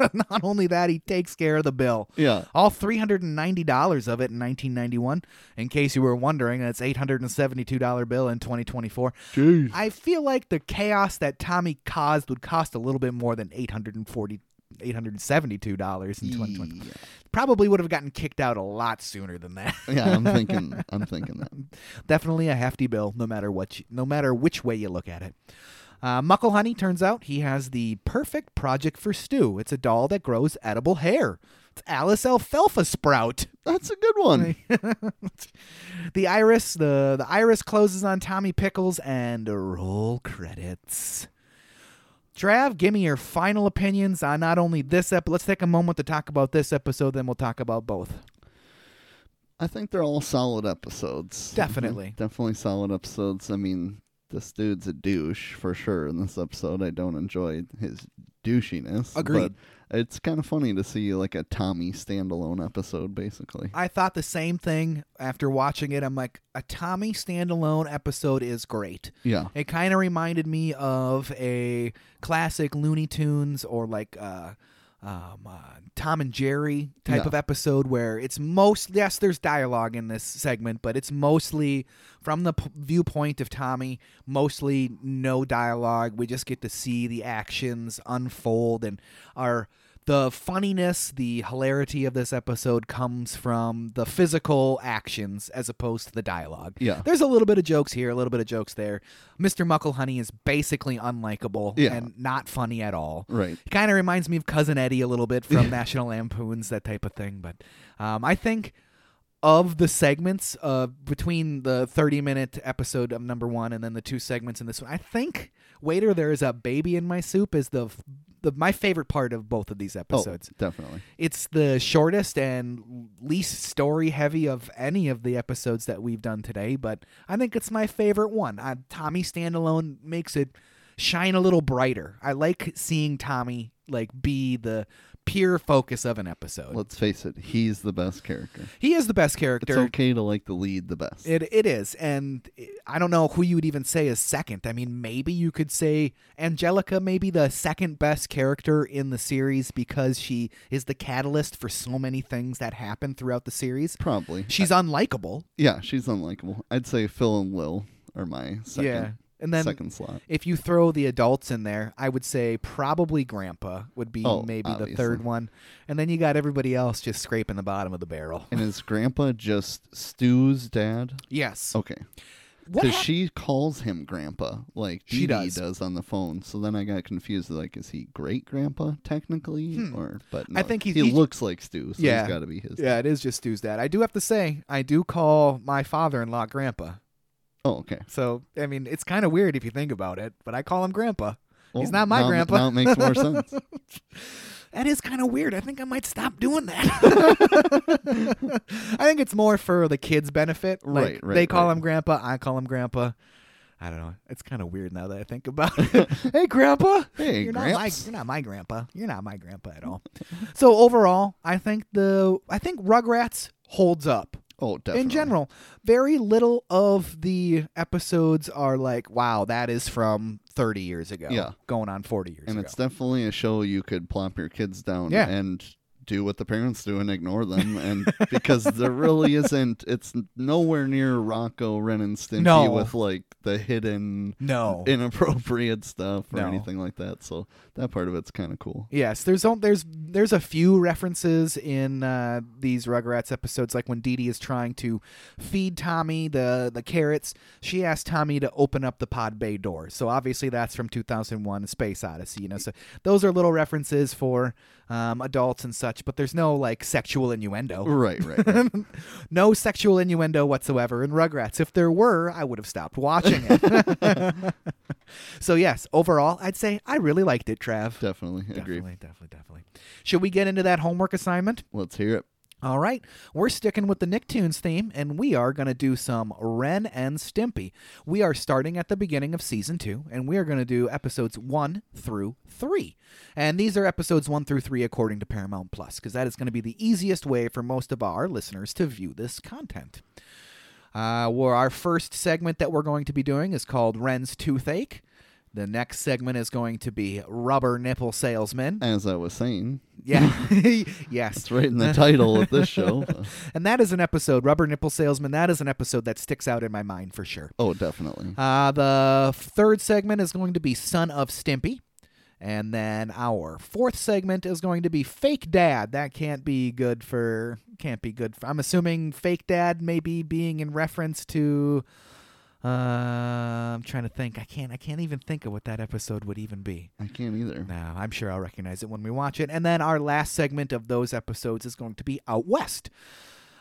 Speaker 2: Not only that, he takes care of the bill.
Speaker 3: Yeah.
Speaker 2: All three hundred and ninety dollars of it in nineteen ninety one. In case you were wondering, that's eight hundred and seventy two dollar bill in twenty twenty four.
Speaker 3: Jeez.
Speaker 2: I feel like the chaos that Tommy caused would cost a little bit more than eight hundred and forty. Eight hundred and seventy-two dollars in twenty twenty.
Speaker 3: Yeah.
Speaker 2: Probably would have gotten kicked out a lot sooner than that.
Speaker 3: yeah, I'm thinking. I'm thinking that.
Speaker 2: Definitely a hefty bill, no matter what, you, no matter which way you look at it. Uh, Mucklehoney turns out he has the perfect project for Stu. It's a doll that grows edible hair. It's Alice Alfalfa Sprout.
Speaker 3: That's a good one.
Speaker 2: the iris, the the iris closes on Tommy Pickles, and roll credits. Trav, give me your final opinions on not only this episode. Let's take a moment to talk about this episode, then we'll talk about both.
Speaker 3: I think they're all solid episodes.
Speaker 2: Definitely.
Speaker 3: Definitely solid episodes. I mean, this dude's a douche for sure in this episode. I don't enjoy his douchiness.
Speaker 2: Agreed.
Speaker 3: But it's kind of funny to see like a Tommy standalone episode, basically.
Speaker 2: I thought the same thing after watching it. I'm like, a Tommy standalone episode is great.
Speaker 3: Yeah.
Speaker 2: It kind of reminded me of a classic Looney Tunes or like uh, um, uh, Tom and Jerry type
Speaker 3: Yeah.
Speaker 2: of episode where it's most yes, there's dialogue in this segment, but it's mostly from the p- viewpoint of Tommy. Mostly no dialogue. We just get to see the actions unfold and our the funniness, the hilarity of this episode comes from the physical actions as opposed to the dialogue.
Speaker 3: Yeah.
Speaker 2: There's a little bit of jokes here, a little bit of jokes there. Mr. Mucklehoney is basically unlikable
Speaker 3: Yeah.
Speaker 2: and not funny at all.
Speaker 3: Right.
Speaker 2: He kind of reminds me of Cousin Eddie a little bit from National Lampoons, that type of thing. But um, I think of the segments uh, between the 30 minute episode of number one and then the two segments in this one, I think Waiter, There Is a Baby in My Soup is the. f- the, my favorite part of both of these episodes
Speaker 3: Oh, definitely.
Speaker 2: it's the shortest and least story heavy of any of the episodes that we've done today, but I think it's my favorite one. Uh, Tommy standalone makes it shine a little brighter. I like seeing Tommy like be the pure focus of an episode.
Speaker 3: Let's face it, he's the best character.
Speaker 2: he is the best
Speaker 3: It's
Speaker 2: character.
Speaker 3: okay to like the lead the best.
Speaker 2: It it is, and I don't know who you would even say is second. I mean, maybe you could say Angelica, maybe the second best character in the series because she is the catalyst for so many things that happen throughout the series.
Speaker 3: Probably.
Speaker 2: She's unlikable.
Speaker 3: Yeah, she's unlikable. I'd say Phil and Lil are my second
Speaker 2: and then
Speaker 3: second slot.
Speaker 2: if you throw the adults in there, I would say probably Grandpa would be
Speaker 3: Oh,
Speaker 2: maybe the
Speaker 3: obviously.
Speaker 2: third one, and then you got everybody else just scraping the bottom of the barrel.
Speaker 3: And is grandpa just Stu's dad?
Speaker 2: Yes.
Speaker 3: Okay.
Speaker 2: What
Speaker 3: Because
Speaker 2: hap-
Speaker 3: she calls him grandpa, like
Speaker 2: She
Speaker 3: she
Speaker 2: does.
Speaker 3: does. on the phone. So then I got confused. Like, is he great grandpa technically, or but
Speaker 2: Hmm. I
Speaker 3: no,
Speaker 2: think he's-
Speaker 3: he
Speaker 2: he's-
Speaker 3: looks like Stu. So
Speaker 2: Yeah.
Speaker 3: he's got to be his.
Speaker 2: yeah, it is just Stu's dad. I do have to say, I do call my father-in-law Grandpa.
Speaker 3: Oh, okay.
Speaker 2: So I mean, it's kind of weird if you think about it, but I call him Grandpa.
Speaker 3: Well,
Speaker 2: not my
Speaker 3: now-
Speaker 2: grandpa.
Speaker 3: Now it makes more sense.
Speaker 2: That is kind of weird. I think I might stop doing that. I think it's more for the kids' benefit. Like,
Speaker 3: Right, right,
Speaker 2: They call
Speaker 3: right.
Speaker 2: him Grandpa. I call him Grandpa. I don't know. It's kind of weird now that I think about it. hey, Grandpa.
Speaker 3: Hey,
Speaker 2: you're not my
Speaker 3: Gramps.
Speaker 2: you're not my grandpa. You're not my grandpa at all. so overall, I think the I think Rugrats holds up.
Speaker 3: Oh, definitely.
Speaker 2: in general very little of the episodes are like wow that is from 30 years ago
Speaker 3: Yeah.
Speaker 2: going on 40 years
Speaker 3: and
Speaker 2: ago
Speaker 3: it's definitely a show you could plop your kids down
Speaker 2: Yeah.
Speaker 3: and do what the parents do and ignore them and because there really isn't it's nowhere near rocco ren and stimpy
Speaker 2: No.
Speaker 3: with like the hidden
Speaker 2: no
Speaker 3: inappropriate stuff or
Speaker 2: No.
Speaker 3: anything like that so that part of it's kind of cool
Speaker 2: yes there's on- there's there's a few references in uh, these rugrats episodes like when Dee Dee is trying to feed tommy the the carrots she asked tommy to open up the pod bay door so obviously that's from 2001 A space odyssey you know so those are little references for um, adults and such but there's no like sexual innuendo
Speaker 3: right right, right.
Speaker 2: no sexual innuendo whatsoever in Rugrats. If there were, I would have stopped watching it. so yes, overall, I'd say I really liked it, Trav.
Speaker 3: definitely agree
Speaker 2: Definitely, definitely, definitely. Should we get into that homework assignment?
Speaker 3: let's hear it
Speaker 2: All right, we're sticking with the Nicktoons theme, and we are going to do some Ren and Stimpy. We are starting at the beginning of season two, and we are going to do episodes one through three. And these are episodes one through three according to Paramount Plus, because that is going to be the easiest way for most of our listeners to view this content. Uh, where our first segment that we're going to be doing is called Ren's Toothache. The next segment is going to be Rubber Nipple Salesman.
Speaker 3: As I was saying,
Speaker 2: Yeah. yes.
Speaker 3: it's right in the title of this show.
Speaker 2: And that is an episode, Rubber Nipple Salesman. That is an episode that sticks out in my mind for sure.
Speaker 3: Oh, definitely.
Speaker 2: Uh, the third segment is going to be Son of Stimpy. And then our fourth segment is going to be Fake Dad. That can't be good for. Can't be good for. I'm assuming Fake Dad may be being in reference to. Uh, I'm trying to think. I can't. I can't even think of what that episode would even be.
Speaker 3: I can't either.
Speaker 2: No, I'm sure I'll recognize it when we watch it. And then our last segment of those episodes is going to be Out West.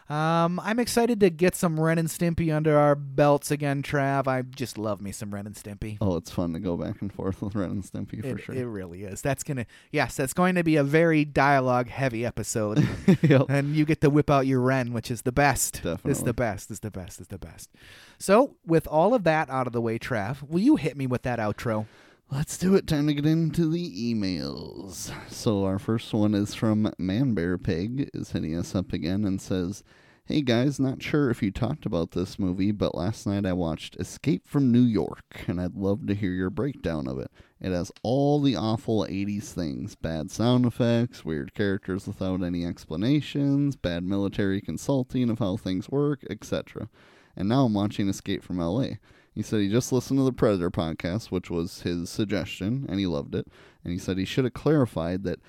Speaker 2: Um, I'm excited to get some Ren and Stimpy under our belts again, Trav. I just love me some Ren and Stimpy.
Speaker 3: Oh, it's fun to go back and forth with Ren and Stimpy for
Speaker 2: it,
Speaker 3: sure.
Speaker 2: it really is. That's gonna yes, that's going to be a very dialogue heavy episode.
Speaker 3: yep.
Speaker 2: and you get to whip out your Ren, which is the best. It's
Speaker 3: Definitely.
Speaker 2: the best, it's the best, it's the best. So with all of that out of the way, Trav, will you hit me with that outro?
Speaker 3: Let's do it. Time to get into the emails. So our first one is from Man Bear Pig is hitting us up again and says, "Hey guys, not sure if you talked about this movie, but last night I watched Escape from New York, and I'd love to hear your breakdown of it. It has all the awful '80s things: bad sound effects, weird characters without any explanations, bad military consulting of how things work, etc." and now I'm watching Escape from LA. He said he just listened to the Predator podcast, which was his suggestion, and he loved it. And he said he should have clarified that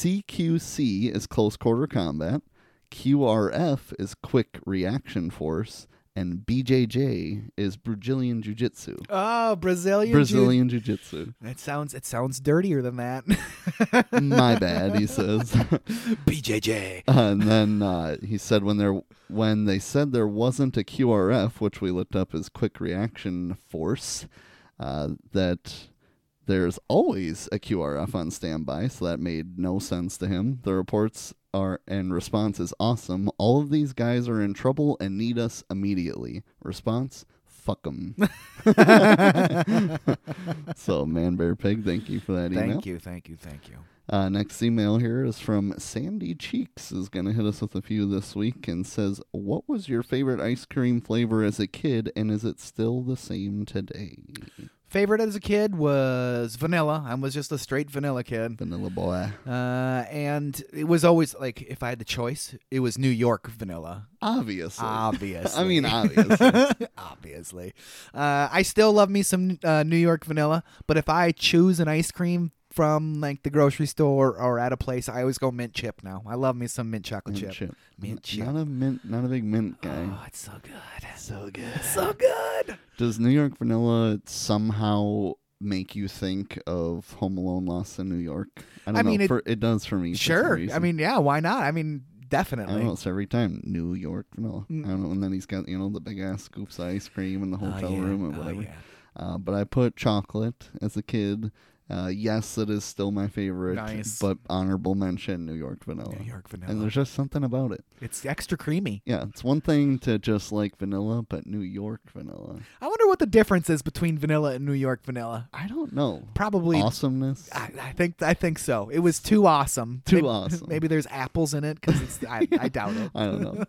Speaker 3: CQC is close quarter combat, QRF is quick reaction force, and BJJ is Brazilian Jiu Jitsu.
Speaker 2: Oh, Brazilian
Speaker 3: Brazilian Jiu Jitsu.
Speaker 2: That sounds it sounds dirtier than that.
Speaker 3: My bad, he says.
Speaker 2: BJJ.
Speaker 3: and then uh, he said when there when they said there wasn't a QRF, which we looked up as quick reaction force, uh, that there's always a QRF on standby, so that made no sense to him. The reports are and response is awesome. All of these guys are in trouble and need us immediately. Response. Fuck them. so, Man Bear Pig, thank you for that email.
Speaker 2: Thank you, thank you, thank you.
Speaker 3: Uh, next email here is from Sandy Cheeks is going to hit us with a few this week and says, "What was your favorite ice cream flavor as a kid, and is it still the same today?"
Speaker 2: Favorite as a kid was vanilla. I was just a straight vanilla kid.
Speaker 3: Vanilla boy.
Speaker 2: Uh, and it was always like if I had the choice, it was New York vanilla.
Speaker 3: Obviously.
Speaker 2: Obviously.
Speaker 3: I mean, obviously.
Speaker 2: obviously. Uh, I still love me some uh, New York vanilla, but if I choose an ice cream from like the grocery store or at a place, I always go mint chip now. I love me some mint chocolate
Speaker 3: Mint
Speaker 2: chip.
Speaker 3: chip.
Speaker 2: Mint chip.
Speaker 3: Not a mint. Not a big mint guy.
Speaker 2: Oh, it's so good. So good. So good.
Speaker 3: Does New York vanilla somehow make you think of Home Alone, Lost in New York? I don't
Speaker 2: I
Speaker 3: know.
Speaker 2: mean, it-
Speaker 3: for, it does for me. for some
Speaker 2: Sure. I
Speaker 3: reason.
Speaker 2: mean, yeah, why not? I mean,
Speaker 3: I don't
Speaker 2: definitely.
Speaker 3: know. It's every time New York vanilla.
Speaker 2: Mm.
Speaker 3: I don't know. And then he's got you know the big ass scoops of ice cream in the
Speaker 2: Oh,
Speaker 3: hotel
Speaker 2: yeah.
Speaker 3: room and
Speaker 2: Oh,
Speaker 3: whatever.
Speaker 2: yeah.
Speaker 3: uh, but I put chocolate as a kid. Uh, yes, it is still my favorite.
Speaker 2: Nice.
Speaker 3: But honorable mention New York vanilla.
Speaker 2: New York vanilla.
Speaker 3: And there's just something about it.
Speaker 2: it's extra creamy.
Speaker 3: Yeah, it's one thing to just like vanilla, but New York vanilla.
Speaker 2: I wonder what the difference is between vanilla and New York vanilla.
Speaker 3: I don't know.
Speaker 2: Probably
Speaker 3: Awesomeness.
Speaker 2: I, I think I think so. It was too awesome.
Speaker 3: Too
Speaker 2: maybe,
Speaker 3: awesome.
Speaker 2: Maybe there's apples in it because it's. I, I doubt it.
Speaker 3: I don't know.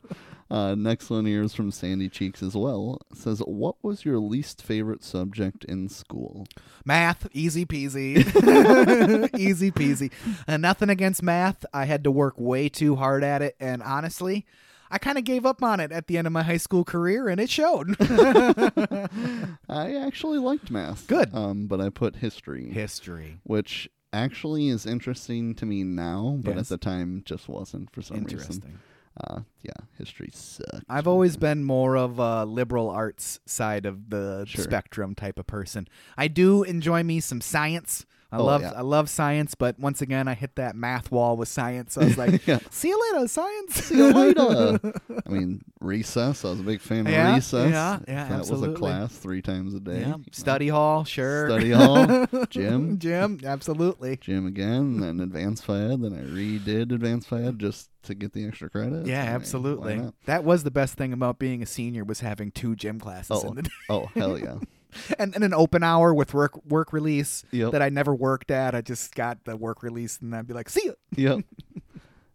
Speaker 3: Uh, next one here is from Sandy Cheeks as well. It says, "What was your least favorite subject in school?"
Speaker 2: Math, easy peasy, easy peasy. And nothing against math. I had to work way too hard at it, and honestly, I kind of gave up on it at the end of my high school career, and it showed.
Speaker 3: I actually liked math.
Speaker 2: Good.
Speaker 3: Um, but I put history.
Speaker 2: History.
Speaker 3: which actually is interesting to me now, but
Speaker 2: Yes.
Speaker 3: at the time just wasn't for some
Speaker 2: Interesting.
Speaker 3: reason. Uh, yeah, history sucked.
Speaker 2: I've always been more of a liberal arts side of the
Speaker 3: Sure.
Speaker 2: spectrum type of person. I do enjoy me some science, I
Speaker 3: Oh,
Speaker 2: love
Speaker 3: yeah.
Speaker 2: I love science, but once again, I hit that math wall with science. I was like,
Speaker 3: Yeah.
Speaker 2: "See you later, science."
Speaker 3: See you later. I mean, recess. I was a big fan of
Speaker 2: Yeah,
Speaker 3: recess.
Speaker 2: yeah, yeah,
Speaker 3: That was
Speaker 2: absolutely.
Speaker 3: a class three times a day.
Speaker 2: Yeah, study hall, sure.
Speaker 3: Study hall, gym,
Speaker 2: Jim, absolutely.
Speaker 3: gym again, then advanced FAD. Then I redid advanced FAD just to get the extra credit.
Speaker 2: Yeah,
Speaker 3: I mean, why
Speaker 2: absolutely.
Speaker 3: not?
Speaker 2: That was the best thing about being a senior was having two gym classes
Speaker 3: Oh.
Speaker 2: in the day.
Speaker 3: Oh hell yeah.
Speaker 2: and, and an open hour with work work release
Speaker 3: Yep.
Speaker 2: that I never worked at. I just got the work release and I'd be like, "See you."
Speaker 3: Yep.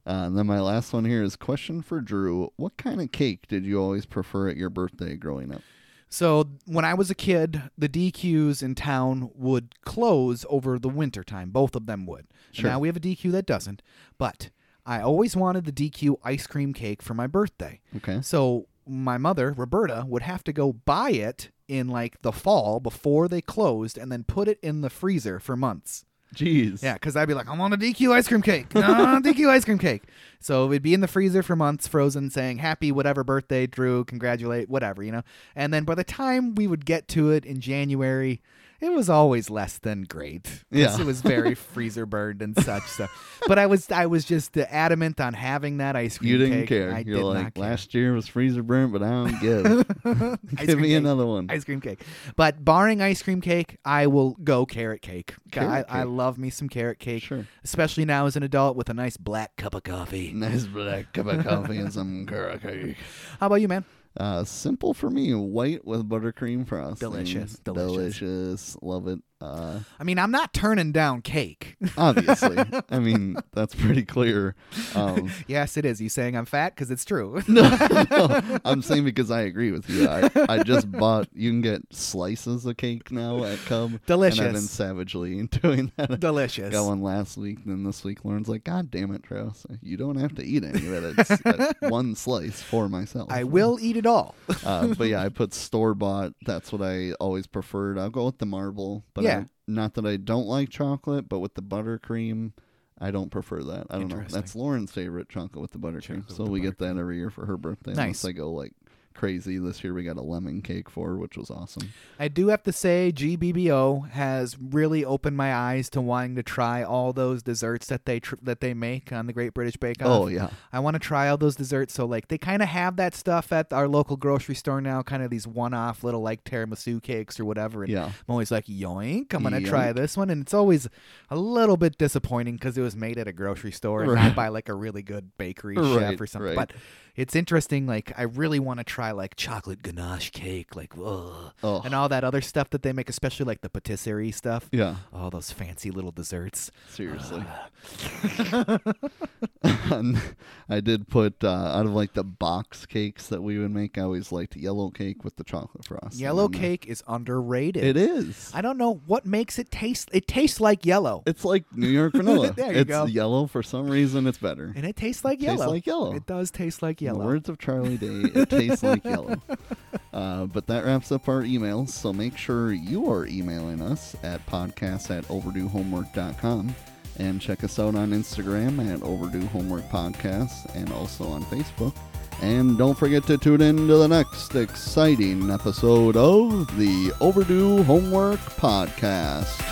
Speaker 3: Uh, and then my last one here is question for Drew. What kind of cake did you always prefer at your birthday growing up?
Speaker 2: So when I was a kid, the DQs in town would close over the winter time. Both of them would.
Speaker 3: Sure.
Speaker 2: Now we have a DQ that doesn't, but I always wanted the DQ ice cream cake for my birthday.
Speaker 3: Okay.
Speaker 2: So my mother, Roberta, would have to go buy it in like the fall before they closed and then put it in the freezer for months.
Speaker 3: Jeez.
Speaker 2: Yeah, because I'd be like, I'm on a DQ ice cream cake. No, DQ ice cream cake. So it'd be in the freezer for months, frozen, saying, Happy whatever birthday, Drew, congratulate, whatever, you know? And then by the time we would get to it in January, it was always less than great. 'Cause
Speaker 3: Yeah.
Speaker 2: It was very freezer burned and such. So but I was I was just adamant on having that ice cream
Speaker 3: You didn't
Speaker 2: cake.
Speaker 3: care.
Speaker 2: I
Speaker 3: You're
Speaker 2: did
Speaker 3: like
Speaker 2: not care.
Speaker 3: last year was freezer burnt, but I don't give.
Speaker 2: Ice
Speaker 3: give
Speaker 2: cream
Speaker 3: me
Speaker 2: cake.
Speaker 3: another one.
Speaker 2: ice cream cake. But barring ice cream cake, I will go carrot cake.
Speaker 3: Carrot
Speaker 2: I, I
Speaker 3: cake.
Speaker 2: love me some carrot cake,
Speaker 3: Sure.
Speaker 2: especially now as an adult with a nice black cup of coffee.
Speaker 3: Nice black cup of coffee and some carrot cake.
Speaker 2: How about you, man?
Speaker 3: Uh, simple for me, white with buttercream frosting.
Speaker 2: Delicious, delicious.
Speaker 3: Delicious. Love it. Uh,
Speaker 2: I mean, I'm not turning down cake.
Speaker 3: obviously, I mean that's pretty clear. Um,
Speaker 2: yes, it is. You saying I'm fat? Because it's true.
Speaker 3: no, no, I'm saying because I agree with you. I, I just bought. You can get slices of cake now at Cub. And I've been
Speaker 2: Delicious.
Speaker 3: savagely doing that.
Speaker 2: Delicious.
Speaker 3: Got one last week, then this week Lauren's like, "God damn it, Travis! You don't have to eat any of it. It's that one slice for myself."
Speaker 2: I will eat it all.
Speaker 3: uh, but yeah, I put store bought. That's what I always preferred. I'll go with the marble, but
Speaker 2: Yeah.
Speaker 3: I- not that I don't like chocolate, but with the buttercream, I don't prefer that. I don't know.
Speaker 2: Interesting.
Speaker 3: That's Lauren's favorite chocolate with the
Speaker 2: Chocolate
Speaker 3: buttercream,
Speaker 2: with
Speaker 3: so
Speaker 2: the
Speaker 3: we get that every year for her birthday.
Speaker 2: Nice.
Speaker 3: Unless I go like crazy this year, we got a lemon cake for, her, which was awesome.
Speaker 2: I do have to say, GBBO has really opened my eyes to wanting to try all those desserts that they tr- that they make on the Great British Bake Off.
Speaker 3: Oh yeah,
Speaker 2: I want to try all those desserts. So like they kind of have that stuff at our local grocery store now, kind of these one-off little like tiramisu cakes or whatever. And
Speaker 3: yeah.
Speaker 2: I'm always like, yoink, I'm gonna try
Speaker 3: Yoink.
Speaker 2: this one, and it's always a little bit disappointing because it was made at a grocery store and not
Speaker 3: Right.
Speaker 2: by like a really good bakery chef
Speaker 3: Right,
Speaker 2: or something.
Speaker 3: right.
Speaker 2: But it's interesting. Like I really want to try like chocolate ganache cake, like ugh,
Speaker 3: Oh
Speaker 2: and all that other stuff that they make, especially like the patisserie stuff.
Speaker 3: yeah.
Speaker 2: All those fancy little desserts.
Speaker 3: Seriously. And I did put uh, out of like the box cakes that we would make. I always liked yellow cake with the chocolate frosting.
Speaker 2: Yellow
Speaker 3: on there.
Speaker 2: cake is underrated.
Speaker 3: It is.
Speaker 2: I don't know what makes it taste. It tastes like yellow,
Speaker 3: It's like New York vanilla.
Speaker 2: There you
Speaker 3: it's
Speaker 2: go.
Speaker 3: yellow for some reason. It's better.
Speaker 2: and it tastes like
Speaker 3: Tastes
Speaker 2: yellow.
Speaker 3: like yellow.
Speaker 2: It does taste like
Speaker 3: In the
Speaker 2: yellow.
Speaker 3: words of Charlie Day, it tastes like yellow. Uh, but that wraps up our emails. So make sure you are emailing us at podcast at overduehomework.com and check us out on Instagram at overdue homework podcast and also on Facebook. And don't forget to tune in to the next exciting episode of the Overdue Homework Podcast.